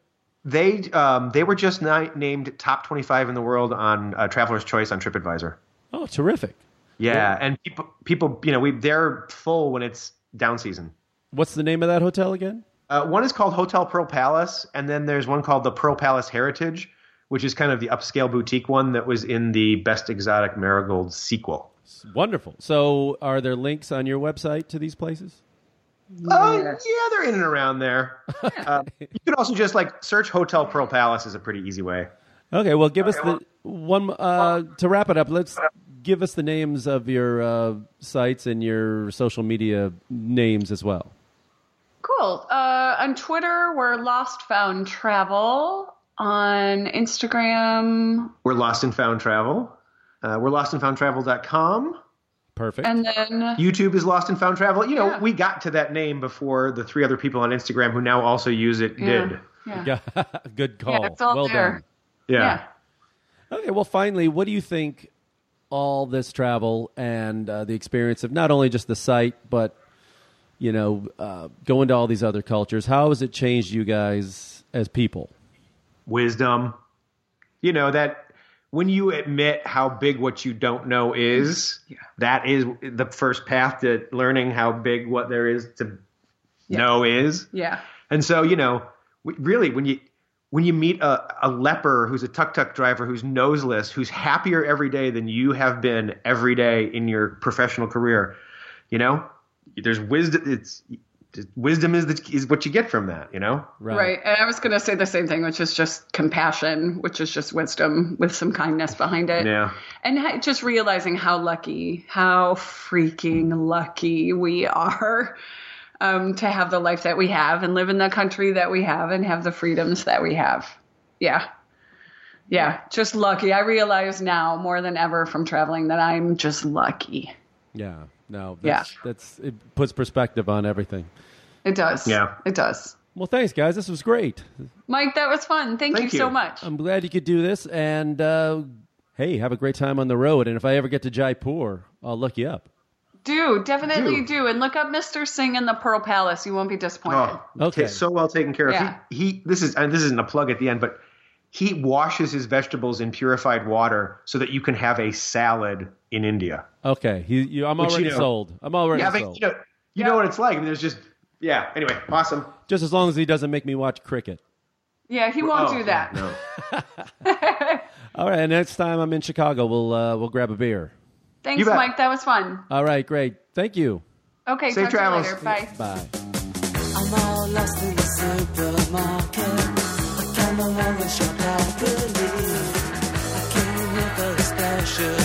Speaker 6: They um, they were just ni- named top twenty five in the world on uh, Traveler's Choice on TripAdvisor.
Speaker 3: Oh, terrific.
Speaker 6: Yeah, and people, people, you know, we they're full when it's down season.
Speaker 3: What's the name of that hotel again?
Speaker 6: Uh, one is called Hotel Pearl Palace, and then there's one called the Pearl Palace Heritage, which is kind of the upscale boutique one that was in the Best Exotic Marigold sequel.
Speaker 3: Wonderful. So, are there links on your website to these places?
Speaker 6: Uh, yeah, they're in and around there. Uh, you can also just like search Hotel Pearl Palace is a pretty easy way.
Speaker 3: Okay, well, give us the one uh, to wrap it up. Let's give us the names of your uh, sites and your social media names as well.
Speaker 5: Cool. Uh, on Twitter, we're Lost Found Travel. On Instagram,
Speaker 6: We're Lost and Found Travel. Uh, we're lostandfoundtravel.com.
Speaker 3: Perfect.
Speaker 5: and then
Speaker 6: YouTube is Lost and Found Travel. You know, we got to that name before the three other people on Instagram who now also use it
Speaker 5: Yeah.
Speaker 6: did.
Speaker 5: Yeah.
Speaker 3: *laughs* Good
Speaker 5: Yeah,
Speaker 3: call.
Speaker 5: it's all
Speaker 3: well
Speaker 5: there.
Speaker 3: done.
Speaker 6: Yeah.
Speaker 3: Okay, well, finally, what do you think all this travel and uh, the experience of not only just the site, but you know, uh, going to all these other cultures. How has it changed you guys as people?
Speaker 6: Wisdom. You know that when you admit how big what you don't know is, that is the first path to learning how big what there is to know is.
Speaker 5: Yeah.
Speaker 6: And so, you know, w- really, when you when you meet a, a leper who's a tuk tuk driver who's noseless, who's happier every day than you have been every day in your professional career, you know, there's wisdom. It's wisdom is the, is what you get from that, you know.
Speaker 5: Right. And I was going to say the same thing, which is just compassion, which is just wisdom with some kindness behind it.
Speaker 6: Yeah.
Speaker 5: And ha- just realizing how lucky, how freaking lucky we are um, to have the life that we have and live in the country that we have and have the freedoms that we have. Yeah. Yeah. Just lucky. I realize now more than ever from traveling that I'm just lucky.
Speaker 3: Yeah, no,
Speaker 5: Yeah.
Speaker 3: that's, that's it puts perspective on everything.
Speaker 5: It does.
Speaker 3: Yeah.
Speaker 5: It does.
Speaker 3: Well, thanks, guys. This was great.
Speaker 5: Mike, that was fun. Thank, you, so much.
Speaker 3: I'm glad you could do this. And uh, hey, have a great time on the road. And if I ever get to Jaipur, I'll look you up.
Speaker 5: Do definitely do. and look up Mr. Singh in the Pearl Palace. You won't be disappointed.
Speaker 6: Oh, okay. So well taken care of.
Speaker 5: Yeah.
Speaker 6: He, he this is and this isn't a plug at the end, but he washes his vegetables in purified water so that you can have a salad in India.
Speaker 3: Okay, you, you, I'm
Speaker 6: Which,
Speaker 3: already
Speaker 6: you know-
Speaker 3: sold. I'm already
Speaker 6: Yeah, but
Speaker 3: sold.
Speaker 6: you know, you know what it's like. I mean, there's just yeah. Anyway, awesome.
Speaker 3: Just as long as he doesn't make me watch cricket.
Speaker 5: Yeah, he won't
Speaker 6: Oh,
Speaker 5: do that.
Speaker 6: No.
Speaker 3: All right, next time I'm in Chicago, we'll uh, we'll grab a beer.
Speaker 5: Thanks,
Speaker 3: bet.
Speaker 5: Mike. That was fun.
Speaker 3: All right, great. Thank you.
Speaker 5: Okay,
Speaker 3: Safe
Speaker 5: talk to you
Speaker 3: travels.
Speaker 5: later. Bye.
Speaker 3: Bye.
Speaker 4: I'm all lost in the supermarket. I come along and shop happily. I came here for a special
Speaker 5: *laughs*